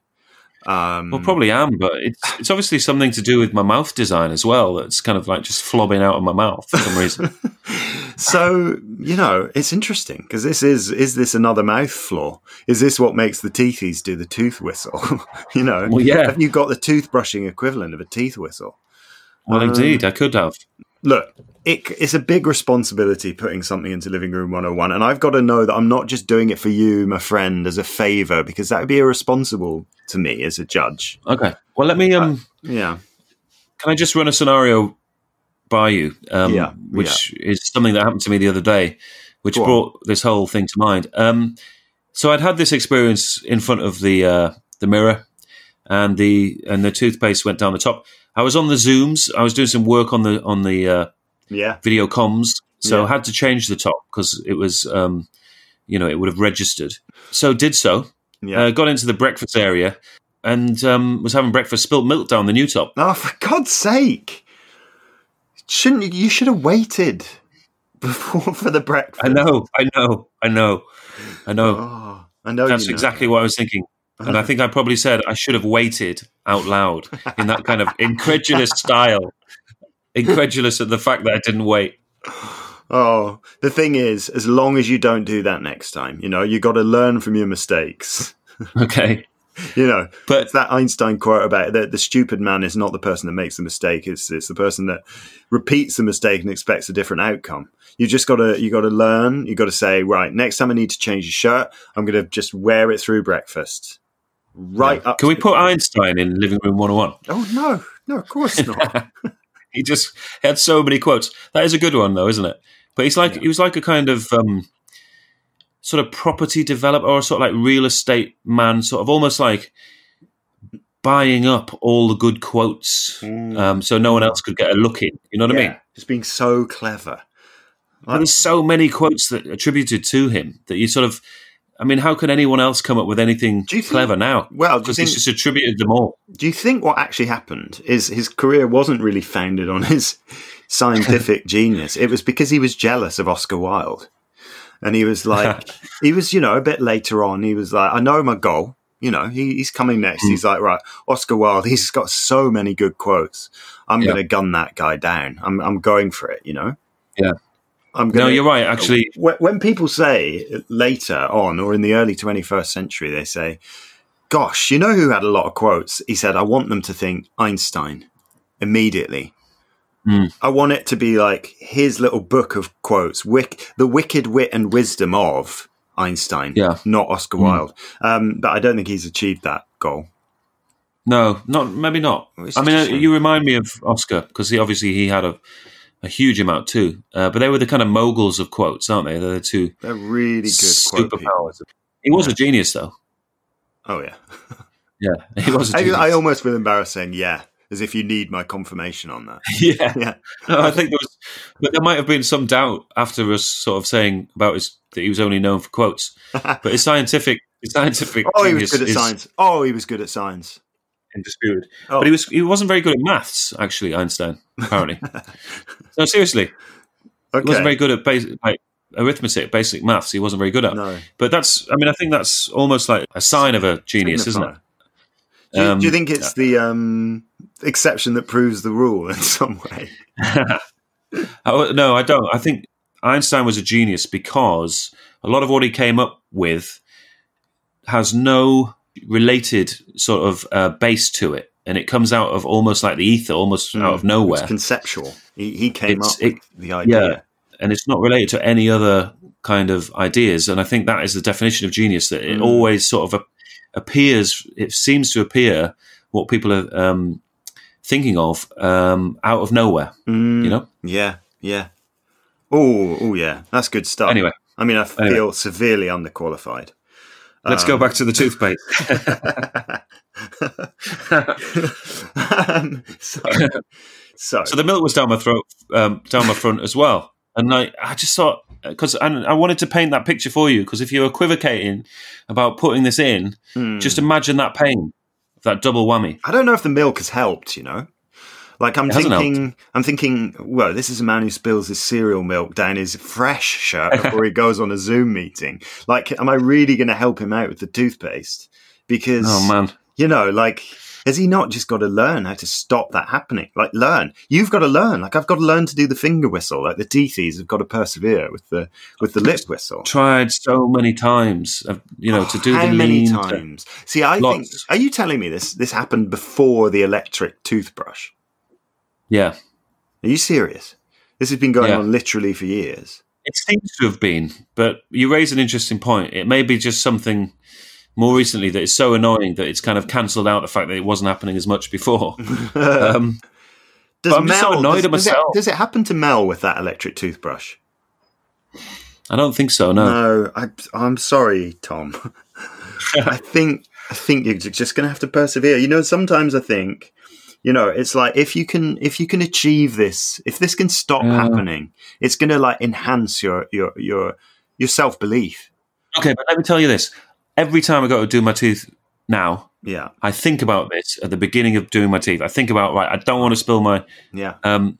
[SPEAKER 2] Um,
[SPEAKER 1] Well, probably am, but it's it's obviously something to do with my mouth design as well. That's kind of like just flobbing out of my mouth for some reason.
[SPEAKER 2] *laughs* so you know it's interesting because this is is this another mouth flaw is this what makes the teethies do the tooth whistle *laughs* you know
[SPEAKER 1] Well, yeah.
[SPEAKER 2] have you got the toothbrushing equivalent of a teeth whistle
[SPEAKER 1] Well,
[SPEAKER 2] Um,
[SPEAKER 1] indeed, I could have.
[SPEAKER 2] look it, it's a big responsibility putting something into living room 101 and i've got to know that i'm not just doing it for you my friend as a favor because that would be irresponsible to me as a judge
[SPEAKER 1] Okay. Well, let me. Um,
[SPEAKER 2] yeah
[SPEAKER 1] can I just run a scenario by you? Um,
[SPEAKER 2] Yeah,
[SPEAKER 1] Which is something that happened to me the other day, which
[SPEAKER 2] Go on.
[SPEAKER 1] brought this whole thing to mind. Um, so I'd had this experience in front of the uh, the mirror, and the and the toothpaste went down the top. I was on the zooms. I was doing some work on the on the uh,
[SPEAKER 2] yeah
[SPEAKER 1] video comms, so
[SPEAKER 2] Yeah.
[SPEAKER 1] I had to change the top because it was, um, you know, it would have registered. So did so.
[SPEAKER 2] yeah
[SPEAKER 1] Uh, got into the breakfast area and um, was having breakfast. Spilled milk down the new top.
[SPEAKER 2] Oh, for God's sake! Shouldn't you? You should have waited *laughs* before for the breakfast.
[SPEAKER 1] I know, I know, I know, I know.
[SPEAKER 2] Oh, I know.
[SPEAKER 1] That's
[SPEAKER 2] you know.
[SPEAKER 1] exactly what I was thinking. And I think I probably said I should have waited out loud in that
[SPEAKER 2] *laughs*
[SPEAKER 1] kind of incredulous style, incredulous at the fact that I didn't wait.
[SPEAKER 2] Oh, the thing
[SPEAKER 1] *laughs*
[SPEAKER 2] is, as long as you don't do that next time, you know, you got to learn from your mistakes.
[SPEAKER 1] Okay.
[SPEAKER 2] you know,
[SPEAKER 1] But-
[SPEAKER 2] it's that Einstein quote about the, the stupid man is not the person that makes the mistake; it's it's the person that repeats the mistake and expects a different outcome. You just gotta you gotta learn. You gotta say, right, next time I need to change a shirt, I'm gonna just wear it through breakfast, right up.
[SPEAKER 1] Can we
[SPEAKER 2] to-
[SPEAKER 1] put Einstein in Living Room 101?
[SPEAKER 2] Oh no, no, of course not.
[SPEAKER 1] He just had so many quotes. That is a good one, though, isn't it? But he's like he was like a kind of um, sort of property developer or sort of like real estate man, sort of almost like buying up all the good quotes,
[SPEAKER 2] Mm.
[SPEAKER 1] um, so no one else could get a look in. You know what I mean?
[SPEAKER 2] Yeah, just being so clever.
[SPEAKER 1] There There's so many quotes that attributed to him that you sort of. I mean, how can anyone else come up with anything
[SPEAKER 2] Do you think-
[SPEAKER 1] clever now?
[SPEAKER 2] Well, do you
[SPEAKER 1] Because
[SPEAKER 2] think
[SPEAKER 1] he's just attributed them all.
[SPEAKER 2] Do you think what actually happened is his career wasn't really founded on his *laughs*
[SPEAKER 1] *laughs*
[SPEAKER 2] scientific genius? It was because he was jealous of Oscar Wilde. And he
[SPEAKER 1] *laughs*
[SPEAKER 2] was like, he was, you know, a bit later on, he was like, I know my goal. You know, he, he's coming
[SPEAKER 1] Hmm.
[SPEAKER 2] next. He's like, right, Oscar Wilde, he's got so many good quotes. I'm
[SPEAKER 1] Yeah.
[SPEAKER 2] going to gun that guy down. I'm, I'm going for it, you know?
[SPEAKER 1] Yeah.
[SPEAKER 2] I'm
[SPEAKER 1] No,
[SPEAKER 2] gonna,
[SPEAKER 1] you're right. Actually,
[SPEAKER 2] when, when people say later on or in the early 21st century, they say, Gosh, you know who had a lot of quotes? He said, I want them to think Einstein immediately.
[SPEAKER 1] Hmm.
[SPEAKER 2] I want it to be like his little book of quotes, Wick, the wicked wit and wisdom of Einstein,
[SPEAKER 1] Yeah. Hmm.
[SPEAKER 2] not Oscar Wilde. Um, but I don't think he's achieved that goal.
[SPEAKER 1] No, not maybe not.
[SPEAKER 2] it's
[SPEAKER 1] I mean,
[SPEAKER 2] just a
[SPEAKER 1] uh,
[SPEAKER 2] shame.
[SPEAKER 1] you remind me of Oscar because he obviously he had a, a huge amount too. Uh, but they were the kind of moguls of quotes, aren't they? They're the two
[SPEAKER 2] They're really good quote people.
[SPEAKER 1] superpowers. He was a genius, though. *laughs*
[SPEAKER 2] Oh, yeah.
[SPEAKER 1] Yeah, he was a *laughs*
[SPEAKER 2] I,
[SPEAKER 1] genius.
[SPEAKER 2] I almost feel embarrassed saying, yeah, as if you need my confirmation on that.
[SPEAKER 1] yeah,
[SPEAKER 2] *laughs* Yeah.
[SPEAKER 1] no, I think there was, but there might have been some doubt after us sort of saying about his that he was only known for
[SPEAKER 2] *laughs*
[SPEAKER 1] quotes. But his scientific, his scientific
[SPEAKER 2] Oh, he
[SPEAKER 1] genius
[SPEAKER 2] was good at
[SPEAKER 1] is
[SPEAKER 2] science. Oh, he was good at science.
[SPEAKER 1] undisputed.
[SPEAKER 2] Oh.
[SPEAKER 1] But he was he wasn't very good at maths, actually. Einstein
[SPEAKER 2] *laughs*
[SPEAKER 1] apparently. no, seriously,
[SPEAKER 2] Okay.
[SPEAKER 1] He wasn't very good at basic, like arithmetic, basic maths. He wasn't very good at.
[SPEAKER 2] no.
[SPEAKER 1] But that's, I mean, I think that's almost like a sign of a genius, isn't Um, it?
[SPEAKER 2] Do you,
[SPEAKER 1] Um,
[SPEAKER 2] do you think it's the um, exception that proves the rule in some way?
[SPEAKER 1] I- Oh, no, I don't. I think Einstein was a genius because a lot of what he came up with has no related sort of uh, base to it, and it comes out of almost like the ether, almost out of nowhere.
[SPEAKER 2] Hmm. It's conceptual. He, he came
[SPEAKER 1] It's-
[SPEAKER 2] up
[SPEAKER 1] it-
[SPEAKER 2] with the idea.
[SPEAKER 1] Yeah. and it's not related to any other kind of ideas. And I think that is the definition of genius that it
[SPEAKER 2] Mm.
[SPEAKER 1] always sort of a- appears, it seems to appear what people are um, thinking of um, out of nowhere,
[SPEAKER 2] Mm,
[SPEAKER 1] you know?
[SPEAKER 2] Yeah. Yeah. Oh, oh, yeah. That's good stuff.
[SPEAKER 1] Anyway,
[SPEAKER 2] I mean, I feel
[SPEAKER 1] anyway.
[SPEAKER 2] severely underqualified. *laughs*
[SPEAKER 1] let's go back to the toothpaste.
[SPEAKER 2] um, so,
[SPEAKER 1] *laughs*
[SPEAKER 2] so,
[SPEAKER 1] so the milk was down my throat, um, down my front as well. And I, I just thought, because I, I wanted to paint that picture for you, because if you're equivocating about putting this in,
[SPEAKER 2] Hmm.
[SPEAKER 1] just imagine that pain, that double whammy.
[SPEAKER 2] I don't know if the milk has helped, you know. Like I'm
[SPEAKER 1] It hasn't
[SPEAKER 2] thinking, I'm thinking. Well, this is a man who spills his cereal milk down his
[SPEAKER 1] *laughs*
[SPEAKER 2] fresh shirt before he goes on a Zoom meeting. Like, am I really going to help him out with the toothpaste? Because
[SPEAKER 1] Oh, man.
[SPEAKER 2] you know, like, has he not just got to learn how to stop that happening? Like, learn. You've got to learn. Like, I've got to learn to do the finger whistle. Like, the teethies have got to persevere with the with the lip whistle.
[SPEAKER 1] tried so many times, uh, you know, to do
[SPEAKER 2] How
[SPEAKER 1] the
[SPEAKER 2] many
[SPEAKER 1] lean.
[SPEAKER 2] times? See, I think.
[SPEAKER 1] Lots.
[SPEAKER 2] Are you telling me this? This happened before the electric toothbrush.
[SPEAKER 1] Yeah,
[SPEAKER 2] Are you serious? This has been going
[SPEAKER 1] Yeah.
[SPEAKER 2] on literally for years.
[SPEAKER 1] it seems to have been, but you raise an interesting point. It may be just something more recently that is so annoying that it's kind of cancelled out the fact that it wasn't happening as much
[SPEAKER 2] *laughs*
[SPEAKER 1] before. um,
[SPEAKER 2] Does
[SPEAKER 1] I'm just so annoyed
[SPEAKER 2] does,
[SPEAKER 1] at
[SPEAKER 2] does it-
[SPEAKER 1] myself.
[SPEAKER 2] Does it, happen to Mel with that electric toothbrush?
[SPEAKER 1] I don't think so. No,
[SPEAKER 2] No, I, I'm sorry,
[SPEAKER 1] *laughs*
[SPEAKER 2] Tom. I think I think you're just going to have to persevere. You know, sometimes I think, you know, it's like if you can if you can achieve this, if this can stop
[SPEAKER 1] Yeah.
[SPEAKER 2] happening, it's going to like enhance your your your your self belief.
[SPEAKER 1] okay, but let me tell you this: every time I go to do my teeth now.
[SPEAKER 2] Yeah,
[SPEAKER 1] I think about this at the beginning of doing my teeth. I think about right. I don't want to spill my
[SPEAKER 2] yeah.
[SPEAKER 1] um,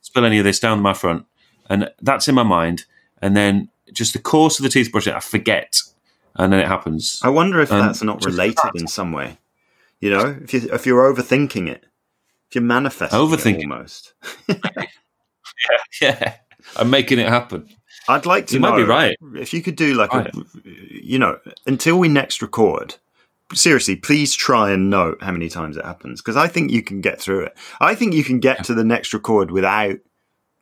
[SPEAKER 1] spill any of this down my front, and that's in my mind. And then just the course of the toothbrush, I forget, and then it happens.
[SPEAKER 2] I wonder if
[SPEAKER 1] Um,
[SPEAKER 2] that's not
[SPEAKER 1] just
[SPEAKER 2] related in some way. You know, if you if you're overthinking it, if you're manifesting
[SPEAKER 1] Overthinking.
[SPEAKER 2] it almost.
[SPEAKER 1] *laughs* yeah, I'm making it happen.
[SPEAKER 2] I'd like to.
[SPEAKER 1] You
[SPEAKER 2] know,
[SPEAKER 1] might be right.
[SPEAKER 2] If you could do like a, you know, until we next record, seriously, please try and note how many times it happens because I think you can get through it. I think you can get to the next record without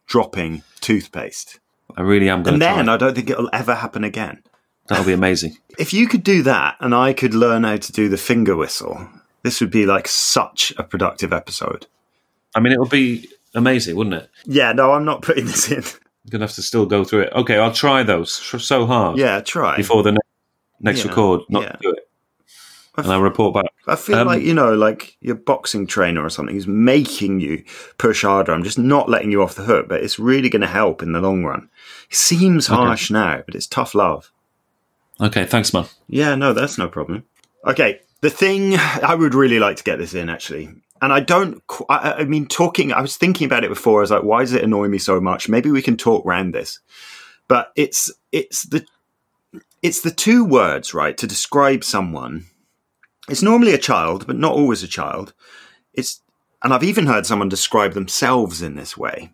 [SPEAKER 2] dropping toothpaste.
[SPEAKER 1] I really am going
[SPEAKER 2] And
[SPEAKER 1] to try.
[SPEAKER 2] then
[SPEAKER 1] it.
[SPEAKER 2] I don't think it'll ever happen again.
[SPEAKER 1] That'll be amazing.
[SPEAKER 2] If you could do that and I could learn how to do the finger whistle, this would be like such a productive episode.
[SPEAKER 1] I mean, it would be amazing, wouldn't it?
[SPEAKER 2] Yeah, no, I'm not putting this in. *laughs*
[SPEAKER 1] I'm going to have to still go through it. Okay, I'll try those tr- so hard
[SPEAKER 2] Yeah, try.
[SPEAKER 1] before the ne- next
[SPEAKER 2] Yeah,
[SPEAKER 1] record not
[SPEAKER 2] yeah.
[SPEAKER 1] to do it. And I'll report back.
[SPEAKER 2] I feel
[SPEAKER 1] Um,
[SPEAKER 2] like, you know, like your boxing trainer or something is making you push harder. I'm just not letting you off the hook, but it's really going to help in the long run. It seems
[SPEAKER 1] Okay.
[SPEAKER 2] harsh now, but it's tough love.
[SPEAKER 1] Okay, thanks, man.
[SPEAKER 2] Yeah, no, that's no problem. Okay, the thing I would really like to get this in actually. And I don't, qu- I, I mean, talking, I was thinking about it before. I was like, why does it annoy me so much? Maybe we can talk round this. But it's, it's the, it's the two words, right, to describe someone. It's normally a child, but not always a child. It's, and I've even heard someone describe themselves in this way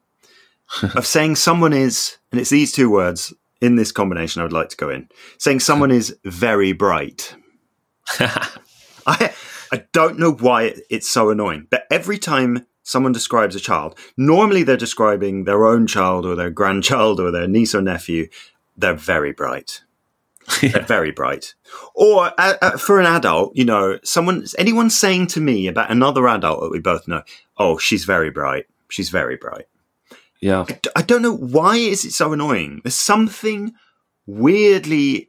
[SPEAKER 2] of saying someone is, and it's these two words in this combination I would like to go in saying someone is very bright. I, I don't know why it, it's so annoying, but every time someone describes a child, normally they're describing their own child or their grandchild or their niece or nephew. They're very bright. They're very bright. Or uh, uh, for an adult, you know, someone, anyone saying to me about another adult that we both know, oh, she's very bright. She's very bright.
[SPEAKER 1] Yeah.
[SPEAKER 2] I d- I don't know why is it so annoying. There's something weirdly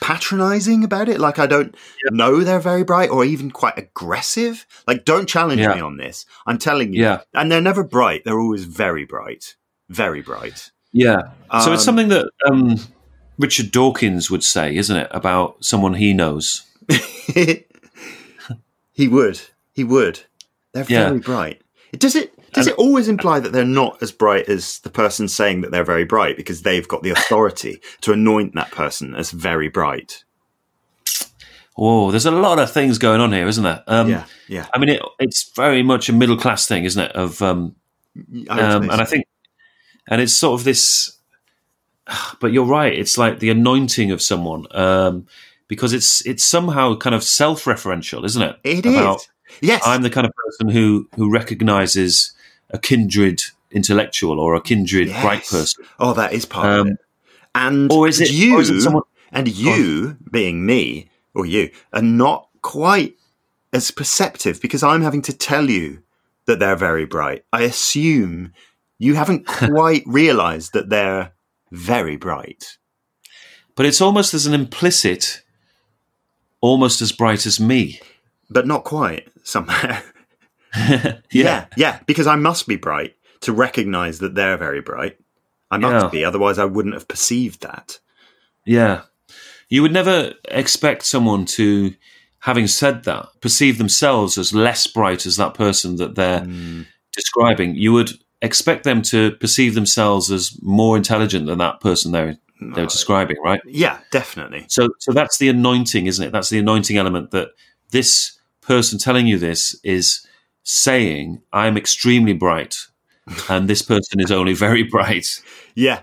[SPEAKER 2] patronizing about it. Like I don't know they're very bright or even quite aggressive. Like don't challenge
[SPEAKER 1] Yeah.
[SPEAKER 2] me on this. I'm telling you.
[SPEAKER 1] Yeah.
[SPEAKER 2] And they're never bright. They're always very bright. Very bright. *laughs*
[SPEAKER 1] Yeah. so it's
[SPEAKER 2] Um,
[SPEAKER 1] something that um, Richard Dawkins would say, isn't it, about someone he knows?
[SPEAKER 2] he would. He would. They're
[SPEAKER 1] Yeah.
[SPEAKER 2] very bright. It- Does it does it always imply that they're not as bright as the person saying that they're very bright because they've got the authority to anoint that person as very bright?
[SPEAKER 1] Oh, there's a lot of things going on here, isn't there? Um,
[SPEAKER 2] yeah, yeah.
[SPEAKER 1] I mean, it, it's very much a middle class thing, isn't it? Of um,
[SPEAKER 2] I would
[SPEAKER 1] um,
[SPEAKER 2] say
[SPEAKER 1] and I
[SPEAKER 2] so.
[SPEAKER 1] think, and it's sort of this. *sighs* But you're right. It's like the anointing of someone, um, because it's it's somehow kind of self-referential, isn't it?
[SPEAKER 2] it is.
[SPEAKER 1] About,
[SPEAKER 2] Yes,
[SPEAKER 1] I'm the kind of person who who recognizes a kindred intellectual or a kindred
[SPEAKER 2] yes.
[SPEAKER 1] bright person.
[SPEAKER 2] Oh, that is part of
[SPEAKER 1] Um,
[SPEAKER 2] it. And
[SPEAKER 1] or is it-
[SPEAKER 2] you
[SPEAKER 1] or is it someone-
[SPEAKER 2] and you being me or you are not quite as perceptive because I'm having to tell you that they're very bright. I assume you
[SPEAKER 1] *laughs*
[SPEAKER 2] haven't quite realised that they're very bright.
[SPEAKER 1] But it's almost as an implicit, almost as bright as me.
[SPEAKER 2] But not quite somehow. *laughs*
[SPEAKER 1] *laughs* yeah.
[SPEAKER 2] yeah, yeah, because I must be bright to recognise that they're very bright. I must
[SPEAKER 1] Yeah.
[SPEAKER 2] be, otherwise I wouldn't have perceived that.
[SPEAKER 1] Yeah. You would never expect someone to, having said that, perceive themselves as less bright as that person that they're describing. You would expect them to perceive themselves as more intelligent than that person they're, they're describing, right?
[SPEAKER 2] Yeah, definitely.
[SPEAKER 1] So, so that's the anointing, isn't it? That's the anointing element that this person telling you this is saying, I'm extremely bright, and this person is only very bright.
[SPEAKER 2] Yeah,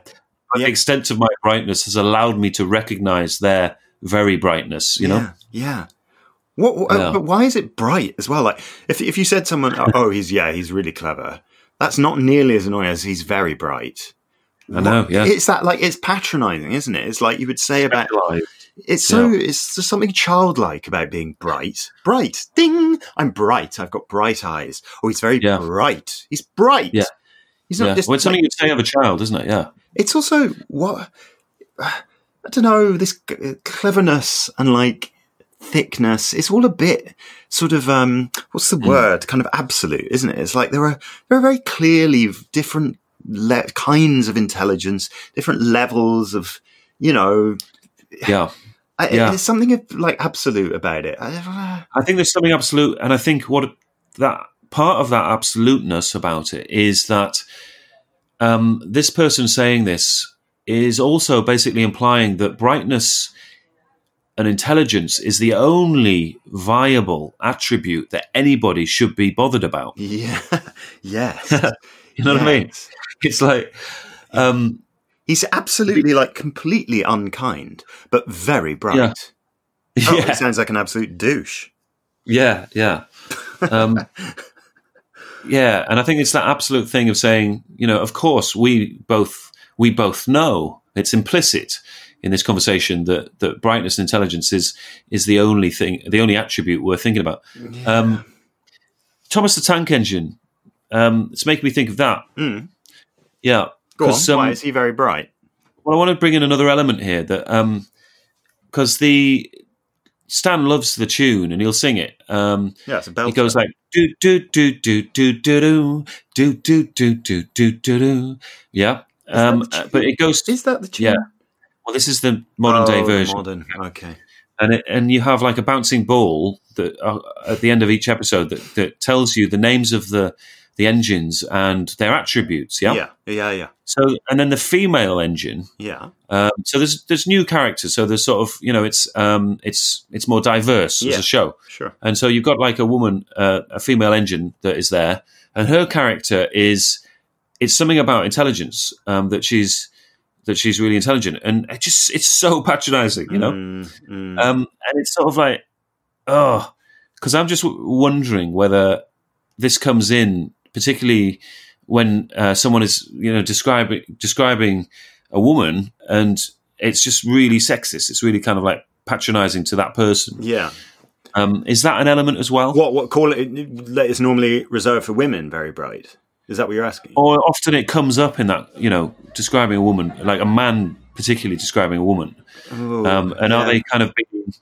[SPEAKER 1] The extent of my brightness has allowed me to recognize their very brightness, you know?
[SPEAKER 2] Yeah. yeah. What, what- uh,
[SPEAKER 1] Yeah.
[SPEAKER 2] But why is it bright as well? Like, if if you said someone, oh, oh, he's yeah, he's really clever. That's not nearly as annoying as he's very bright.
[SPEAKER 1] I know, yeah.
[SPEAKER 2] It's that like it's patronising, isn't it? It's like you would say about it's so it's just something childlike about being bright. Bright, ding! I'm bright. I've got bright eyes. Oh, he's very
[SPEAKER 1] Yeah.
[SPEAKER 2] bright. He's bright.
[SPEAKER 1] Yeah.
[SPEAKER 2] He's not
[SPEAKER 1] Yeah.
[SPEAKER 2] just
[SPEAKER 1] Well, it's
[SPEAKER 2] like-
[SPEAKER 1] something you'd say of a child, isn't it? Yeah.
[SPEAKER 2] it's also what I don't know. This c- cleverness and like thickness. It's all a bit sort of um. What's
[SPEAKER 1] Hmm.
[SPEAKER 2] the word? Kind of absolute, isn't it? It's like there are there are very clearly v- different le- kinds of intelligence, different levels of you know.
[SPEAKER 1] Yeah.
[SPEAKER 2] I,
[SPEAKER 1] Yeah.
[SPEAKER 2] There's something of, like absolute about it. I, *laughs*
[SPEAKER 1] I think there's something absolute, and I think what that part of that absoluteness about it is that um, this person saying this is also basically implying that brightness and intelligence is the only viable attribute that anybody should be bothered about.
[SPEAKER 2] yeah. *laughs* yes.
[SPEAKER 1] You know what *laughs* I mean?
[SPEAKER 2] Yes.
[SPEAKER 1] It's like, um,
[SPEAKER 2] He's absolutely like completely unkind, but very bright.
[SPEAKER 1] Yeah.
[SPEAKER 2] Oh,
[SPEAKER 1] yeah,
[SPEAKER 2] He sounds like an absolute douche.
[SPEAKER 1] yeah, yeah,
[SPEAKER 2] *laughs*
[SPEAKER 1] um, yeah. And I think it's that absolute thing of saying, you know, of course we both we both know it's implicit in this conversation that that brightness and intelligence is is the only thing, the only attribute we're thinking about. Um, Thomas the Tank Engine. Um, it's making me think of that.
[SPEAKER 2] Mm.
[SPEAKER 1] Yeah.
[SPEAKER 2] Go on.
[SPEAKER 1] 'Cause, um,
[SPEAKER 2] Why is he very bright?
[SPEAKER 1] Well, I want to bring in another element here that because the Stan loves the tune and he'll sing it. Um,
[SPEAKER 2] Yeah, it's a
[SPEAKER 1] he
[SPEAKER 2] belt.
[SPEAKER 1] goes like do do do do do do do do do do do do do. Yeah, um,
[SPEAKER 2] the tune?
[SPEAKER 1] but it goes.
[SPEAKER 2] Is that the tune?
[SPEAKER 1] Yeah. Well, this is the modern day
[SPEAKER 2] Oh,
[SPEAKER 1] version,
[SPEAKER 2] Modern. Okay.
[SPEAKER 1] and it, and you have like a bouncing ball that uh, at the end of each episode that, that tells you the names of the the engines and their attributes. Yeah.
[SPEAKER 2] Yeah. Yeah. Yeah.
[SPEAKER 1] So and then the female engine
[SPEAKER 2] Yeah.
[SPEAKER 1] Um, so there's there's new characters. So there's sort of you know it's um, it's it's more diverse as
[SPEAKER 2] Yeah.
[SPEAKER 1] a show.
[SPEAKER 2] Sure.
[SPEAKER 1] And so you've got like a woman, uh, a female engine that is there, and her character is it's something about intelligence um, that she's that she's really intelligent, and it just it's so *laughs* patronizing, you know.
[SPEAKER 2] Mm, mm.
[SPEAKER 1] Um, and it's sort of like oh, because I'm just w- wondering whether this comes in particularly when uh, someone is you know describing describing a woman and it's just really sexist it's really kind of like patronizing to that person
[SPEAKER 2] yeah.
[SPEAKER 1] um, is that an element as well
[SPEAKER 2] What? What? Call it. That is normally reserved for women. Very bright. Is that what you're asking?
[SPEAKER 1] or often it comes up in that you know describing a woman like a man particularly describing a woman
[SPEAKER 2] Oh,
[SPEAKER 1] um, and are
[SPEAKER 2] yeah.
[SPEAKER 1] they kind of being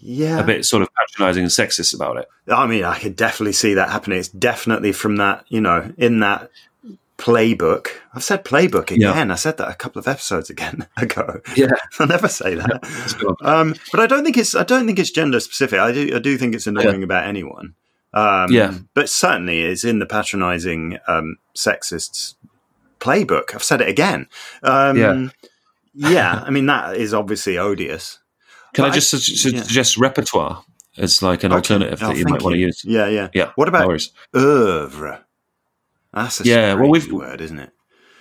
[SPEAKER 2] Yeah.
[SPEAKER 1] a bit sort of patronizing and sexist about it
[SPEAKER 2] I mean, I could definitely see that happening. It's definitely from that, you know, in that playbook. I've said playbook
[SPEAKER 1] Yeah.
[SPEAKER 2] again. I said that a couple of episodes again *laughs* ago.
[SPEAKER 1] Yeah.
[SPEAKER 2] I never say
[SPEAKER 1] good.
[SPEAKER 2] that. Um, but I don't think it's I don't think it's gender specific. I do I do think it's annoying about anyone. Um,
[SPEAKER 1] Yeah.
[SPEAKER 2] But certainly it's in the patronizing um, sexists playbook. I've said it again. Um,
[SPEAKER 1] Yeah.
[SPEAKER 2] yeah, I mean that is obviously odious.
[SPEAKER 1] can
[SPEAKER 2] But
[SPEAKER 1] i
[SPEAKER 2] I-
[SPEAKER 1] just su- su-
[SPEAKER 2] yeah.
[SPEAKER 1] suggest repertoire as like an
[SPEAKER 2] Okay.
[SPEAKER 1] alternative
[SPEAKER 2] Oh,
[SPEAKER 1] that you
[SPEAKER 2] thank
[SPEAKER 1] might want to use
[SPEAKER 2] Yeah, yeah.
[SPEAKER 1] yeah
[SPEAKER 2] What about
[SPEAKER 1] no worries.
[SPEAKER 2] oeuvre. That's a
[SPEAKER 1] Yeah,
[SPEAKER 2] yeah.
[SPEAKER 1] well, we've-
[SPEAKER 2] word, isn't it?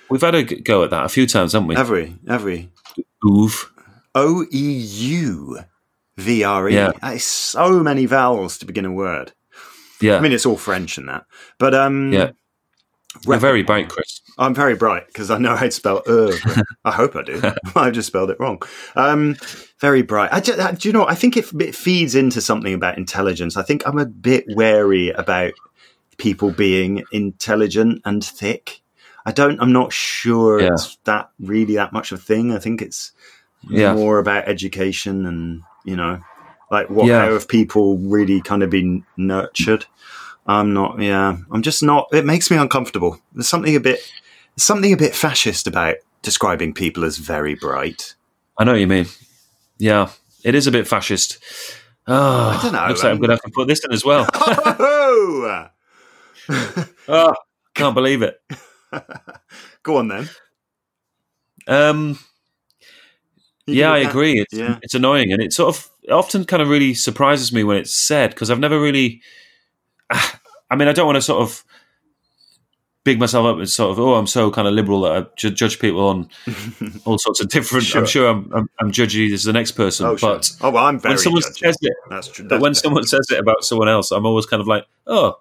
[SPEAKER 1] We've had a g- go at that a few times, haven't we?
[SPEAKER 2] Have we? Have we?
[SPEAKER 1] Oof.
[SPEAKER 2] O e u v r e.
[SPEAKER 1] Yeah.
[SPEAKER 2] That is so many vowels to begin a word.
[SPEAKER 1] Yeah.
[SPEAKER 2] I mean, it's all French and that, but um,
[SPEAKER 1] yeah. We're
[SPEAKER 2] repertoire.
[SPEAKER 1] very bright, Chris.
[SPEAKER 2] I'm very bright because I know how to spell oeuvre. I hope I do. *laughs* I've just spelled it wrong. Um, very bright. I ju- I- do you know? I think it, f- it feeds into something about intelligence. I think I'm a bit wary about people being intelligent and thick. I don't. I'm not sure
[SPEAKER 1] Yeah.
[SPEAKER 2] it's that really that much of a thing. I think it's
[SPEAKER 1] Yeah.
[SPEAKER 2] more about education and you know, like what
[SPEAKER 1] Yeah.
[SPEAKER 2] how have people really kind of been nurtured. I'm not. Yeah, I'm just not. It makes me uncomfortable. There's something a bit, something a bit fascist about describing people as very bright. *laughs*
[SPEAKER 1] I know what you mean. Yeah. It is a bit fascist. Oh,
[SPEAKER 2] I dunno,
[SPEAKER 1] Looks like I'm
[SPEAKER 2] um,
[SPEAKER 1] going to have to put this in as well.
[SPEAKER 2] Oh,
[SPEAKER 1] oh, can't believe it.
[SPEAKER 2] go on then.
[SPEAKER 1] Um,
[SPEAKER 2] You
[SPEAKER 1] yeah, I
[SPEAKER 2] good with that?
[SPEAKER 1] agree. It's,
[SPEAKER 2] Yeah.
[SPEAKER 1] it's annoying. And it sort of it often kind of really surprises me when it's said because I've never really. *sighs* I mean, I don't want to sort of big myself up as sort of, oh, I'm so kind of liberal that I ju- judge people
[SPEAKER 2] *laughs*
[SPEAKER 1] on all sorts of different. I'm
[SPEAKER 2] Sure.
[SPEAKER 1] sure I'm, I'm, I'm judgy as the next person.
[SPEAKER 2] Oh, sure.
[SPEAKER 1] but
[SPEAKER 2] oh well, I'm very.
[SPEAKER 1] when someone
[SPEAKER 2] judgy.
[SPEAKER 1] says it,
[SPEAKER 2] that's true.
[SPEAKER 1] but
[SPEAKER 2] that's
[SPEAKER 1] when
[SPEAKER 2] fair.
[SPEAKER 1] someone says it about someone else, I'm always kind of like, oh,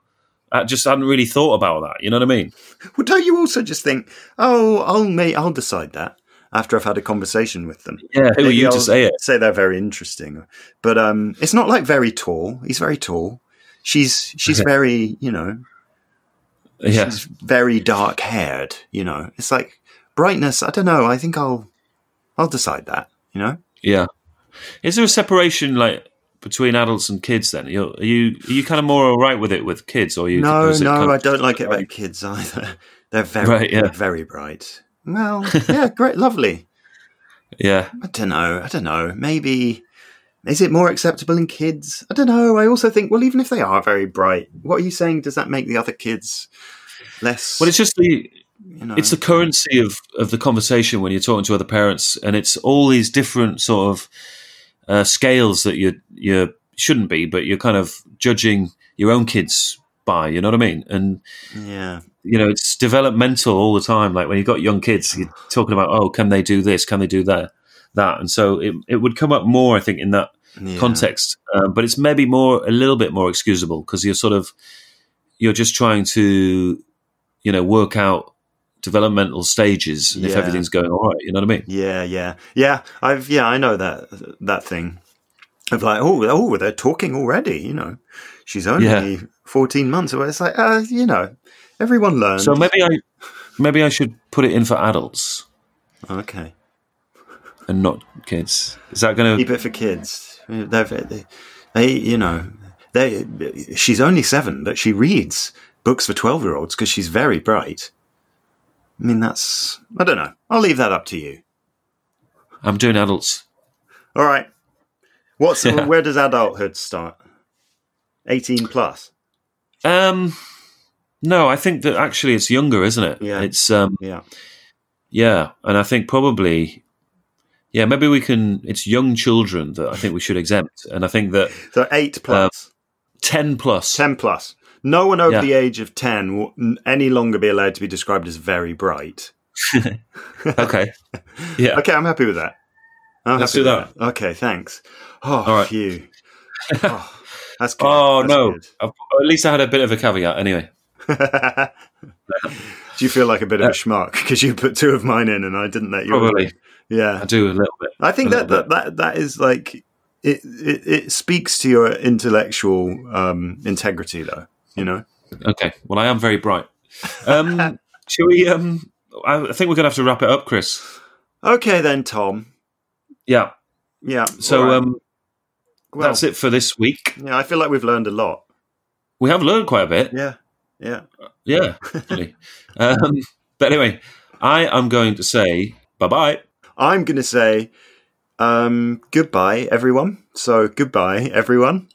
[SPEAKER 1] I just hadn't really thought about that. You know what I mean?
[SPEAKER 2] well, don't you also just think, oh, I'll mate, I'll decide that after I've had a conversation with them.
[SPEAKER 1] Yeah, who are
[SPEAKER 2] Maybe
[SPEAKER 1] you
[SPEAKER 2] I'll
[SPEAKER 1] to say it?
[SPEAKER 2] Say they're very interesting, but um, it's not like very tall. He's very tall. She's she's very you know
[SPEAKER 1] Yeah,
[SPEAKER 2] she's very dark haired. You know, it's like brightness. I don't know. I think I'll I'll decide that. You know,
[SPEAKER 1] yeah. Is there a separation like between adults and kids? Then You're, are you are you kind of more all right with it with kids, or you?
[SPEAKER 2] no,
[SPEAKER 1] is it kind
[SPEAKER 2] no, I
[SPEAKER 1] of-
[SPEAKER 2] don't like it about kids either. *laughs* They're very
[SPEAKER 1] Right, yeah.
[SPEAKER 2] they're very bright. Well, yeah, great, lovely.
[SPEAKER 1] yeah,
[SPEAKER 2] I don't know. I don't know. Maybe is it more acceptable in kids? I don't know. I also think well, even if they are very bright, what are you saying? Does that make the other kids less?
[SPEAKER 1] well, it's just the
[SPEAKER 2] you know,
[SPEAKER 1] it's the currency of of the conversation when you're talking to other parents, and it's all these different sort of uh, scales that you you shouldn't be, but you're kind of judging your own kids by. You know what I mean? And
[SPEAKER 2] yeah,
[SPEAKER 1] you know, it's developmental all the time. Like when you've got young kids, you're talking about, oh, can they do this? Can they do that? That. And so it, it would come up more, I think, in that
[SPEAKER 2] Yeah.
[SPEAKER 1] context. Um, but it's maybe more a little bit more excusable because you're sort of you're just trying to you know work out developmental stages and if
[SPEAKER 2] Yeah.
[SPEAKER 1] everything's going all right. You know what I mean?
[SPEAKER 2] Yeah, yeah, yeah. I've yeah, I know that that thing of like, oh, oh, they're talking already. You know, she's only
[SPEAKER 1] Yeah.
[SPEAKER 2] fourteen months away. It's like, uh, you know, everyone learns.
[SPEAKER 1] So maybe I maybe I should put it in for adults
[SPEAKER 2] okay,
[SPEAKER 1] and not kids. Is that going to
[SPEAKER 2] keep it for kids. They're, they, they, you know, they. She's only seven, but she reads books for twelve-year-olds because she's very bright. I mean, that's I don't know. I'll leave that up to you.
[SPEAKER 1] I'm doing adults.
[SPEAKER 2] All right. What's
[SPEAKER 1] Yeah.
[SPEAKER 2] where does adulthood start? Eighteen plus.
[SPEAKER 1] Um, no, I think that actually it's younger, isn't it?
[SPEAKER 2] Yeah.
[SPEAKER 1] It's um,
[SPEAKER 2] Yeah.
[SPEAKER 1] yeah, and I think probably, yeah, maybe we can. It's young children that I think we should exempt, and I think that
[SPEAKER 2] So
[SPEAKER 1] Um,
[SPEAKER 2] eight plus,
[SPEAKER 1] ten plus.
[SPEAKER 2] ten plus. No one over
[SPEAKER 1] Yeah.
[SPEAKER 2] the age of ten will n- any longer be allowed to be described as very bright.
[SPEAKER 1] Okay, yeah,
[SPEAKER 2] Okay, I'm happy with that. I'm
[SPEAKER 1] Let's
[SPEAKER 2] happy
[SPEAKER 1] do
[SPEAKER 2] with Okay, thanks. Oh,
[SPEAKER 1] All right. *laughs*
[SPEAKER 2] phew. Oh, that's good.
[SPEAKER 1] Oh
[SPEAKER 2] That's
[SPEAKER 1] no! I've- At least I had a bit of a caveat, anyway.
[SPEAKER 2] good. *laughs* Do you feel like a bit of a schmuck because you put two of mine in and I didn't let you?
[SPEAKER 1] Uh, Probably
[SPEAKER 2] Yeah.
[SPEAKER 1] I do a little bit.
[SPEAKER 2] I think
[SPEAKER 1] a
[SPEAKER 2] that,
[SPEAKER 1] little
[SPEAKER 2] that that that is like it, it. It speaks to your intellectual um, integrity, though. You know.
[SPEAKER 1] Okay, well, I am very bright.
[SPEAKER 2] *laughs*
[SPEAKER 1] Um, shall we? Um, I I think we're going to have to wrap it up, Chris.
[SPEAKER 2] Okay, then, Tom.
[SPEAKER 1] Yeah.
[SPEAKER 2] Yeah.
[SPEAKER 1] So
[SPEAKER 2] all right.
[SPEAKER 1] um,
[SPEAKER 2] Well,
[SPEAKER 1] that's it for this week.
[SPEAKER 2] Yeah, I feel like we've learned a lot.
[SPEAKER 1] We have learned quite a bit.
[SPEAKER 2] Yeah. Yeah.
[SPEAKER 1] Yeah.
[SPEAKER 2] *laughs*
[SPEAKER 1] definitely. um, but anyway, I am going to say bye bye.
[SPEAKER 2] I'm going to say um, goodbye, everyone. So, goodbye, everyone.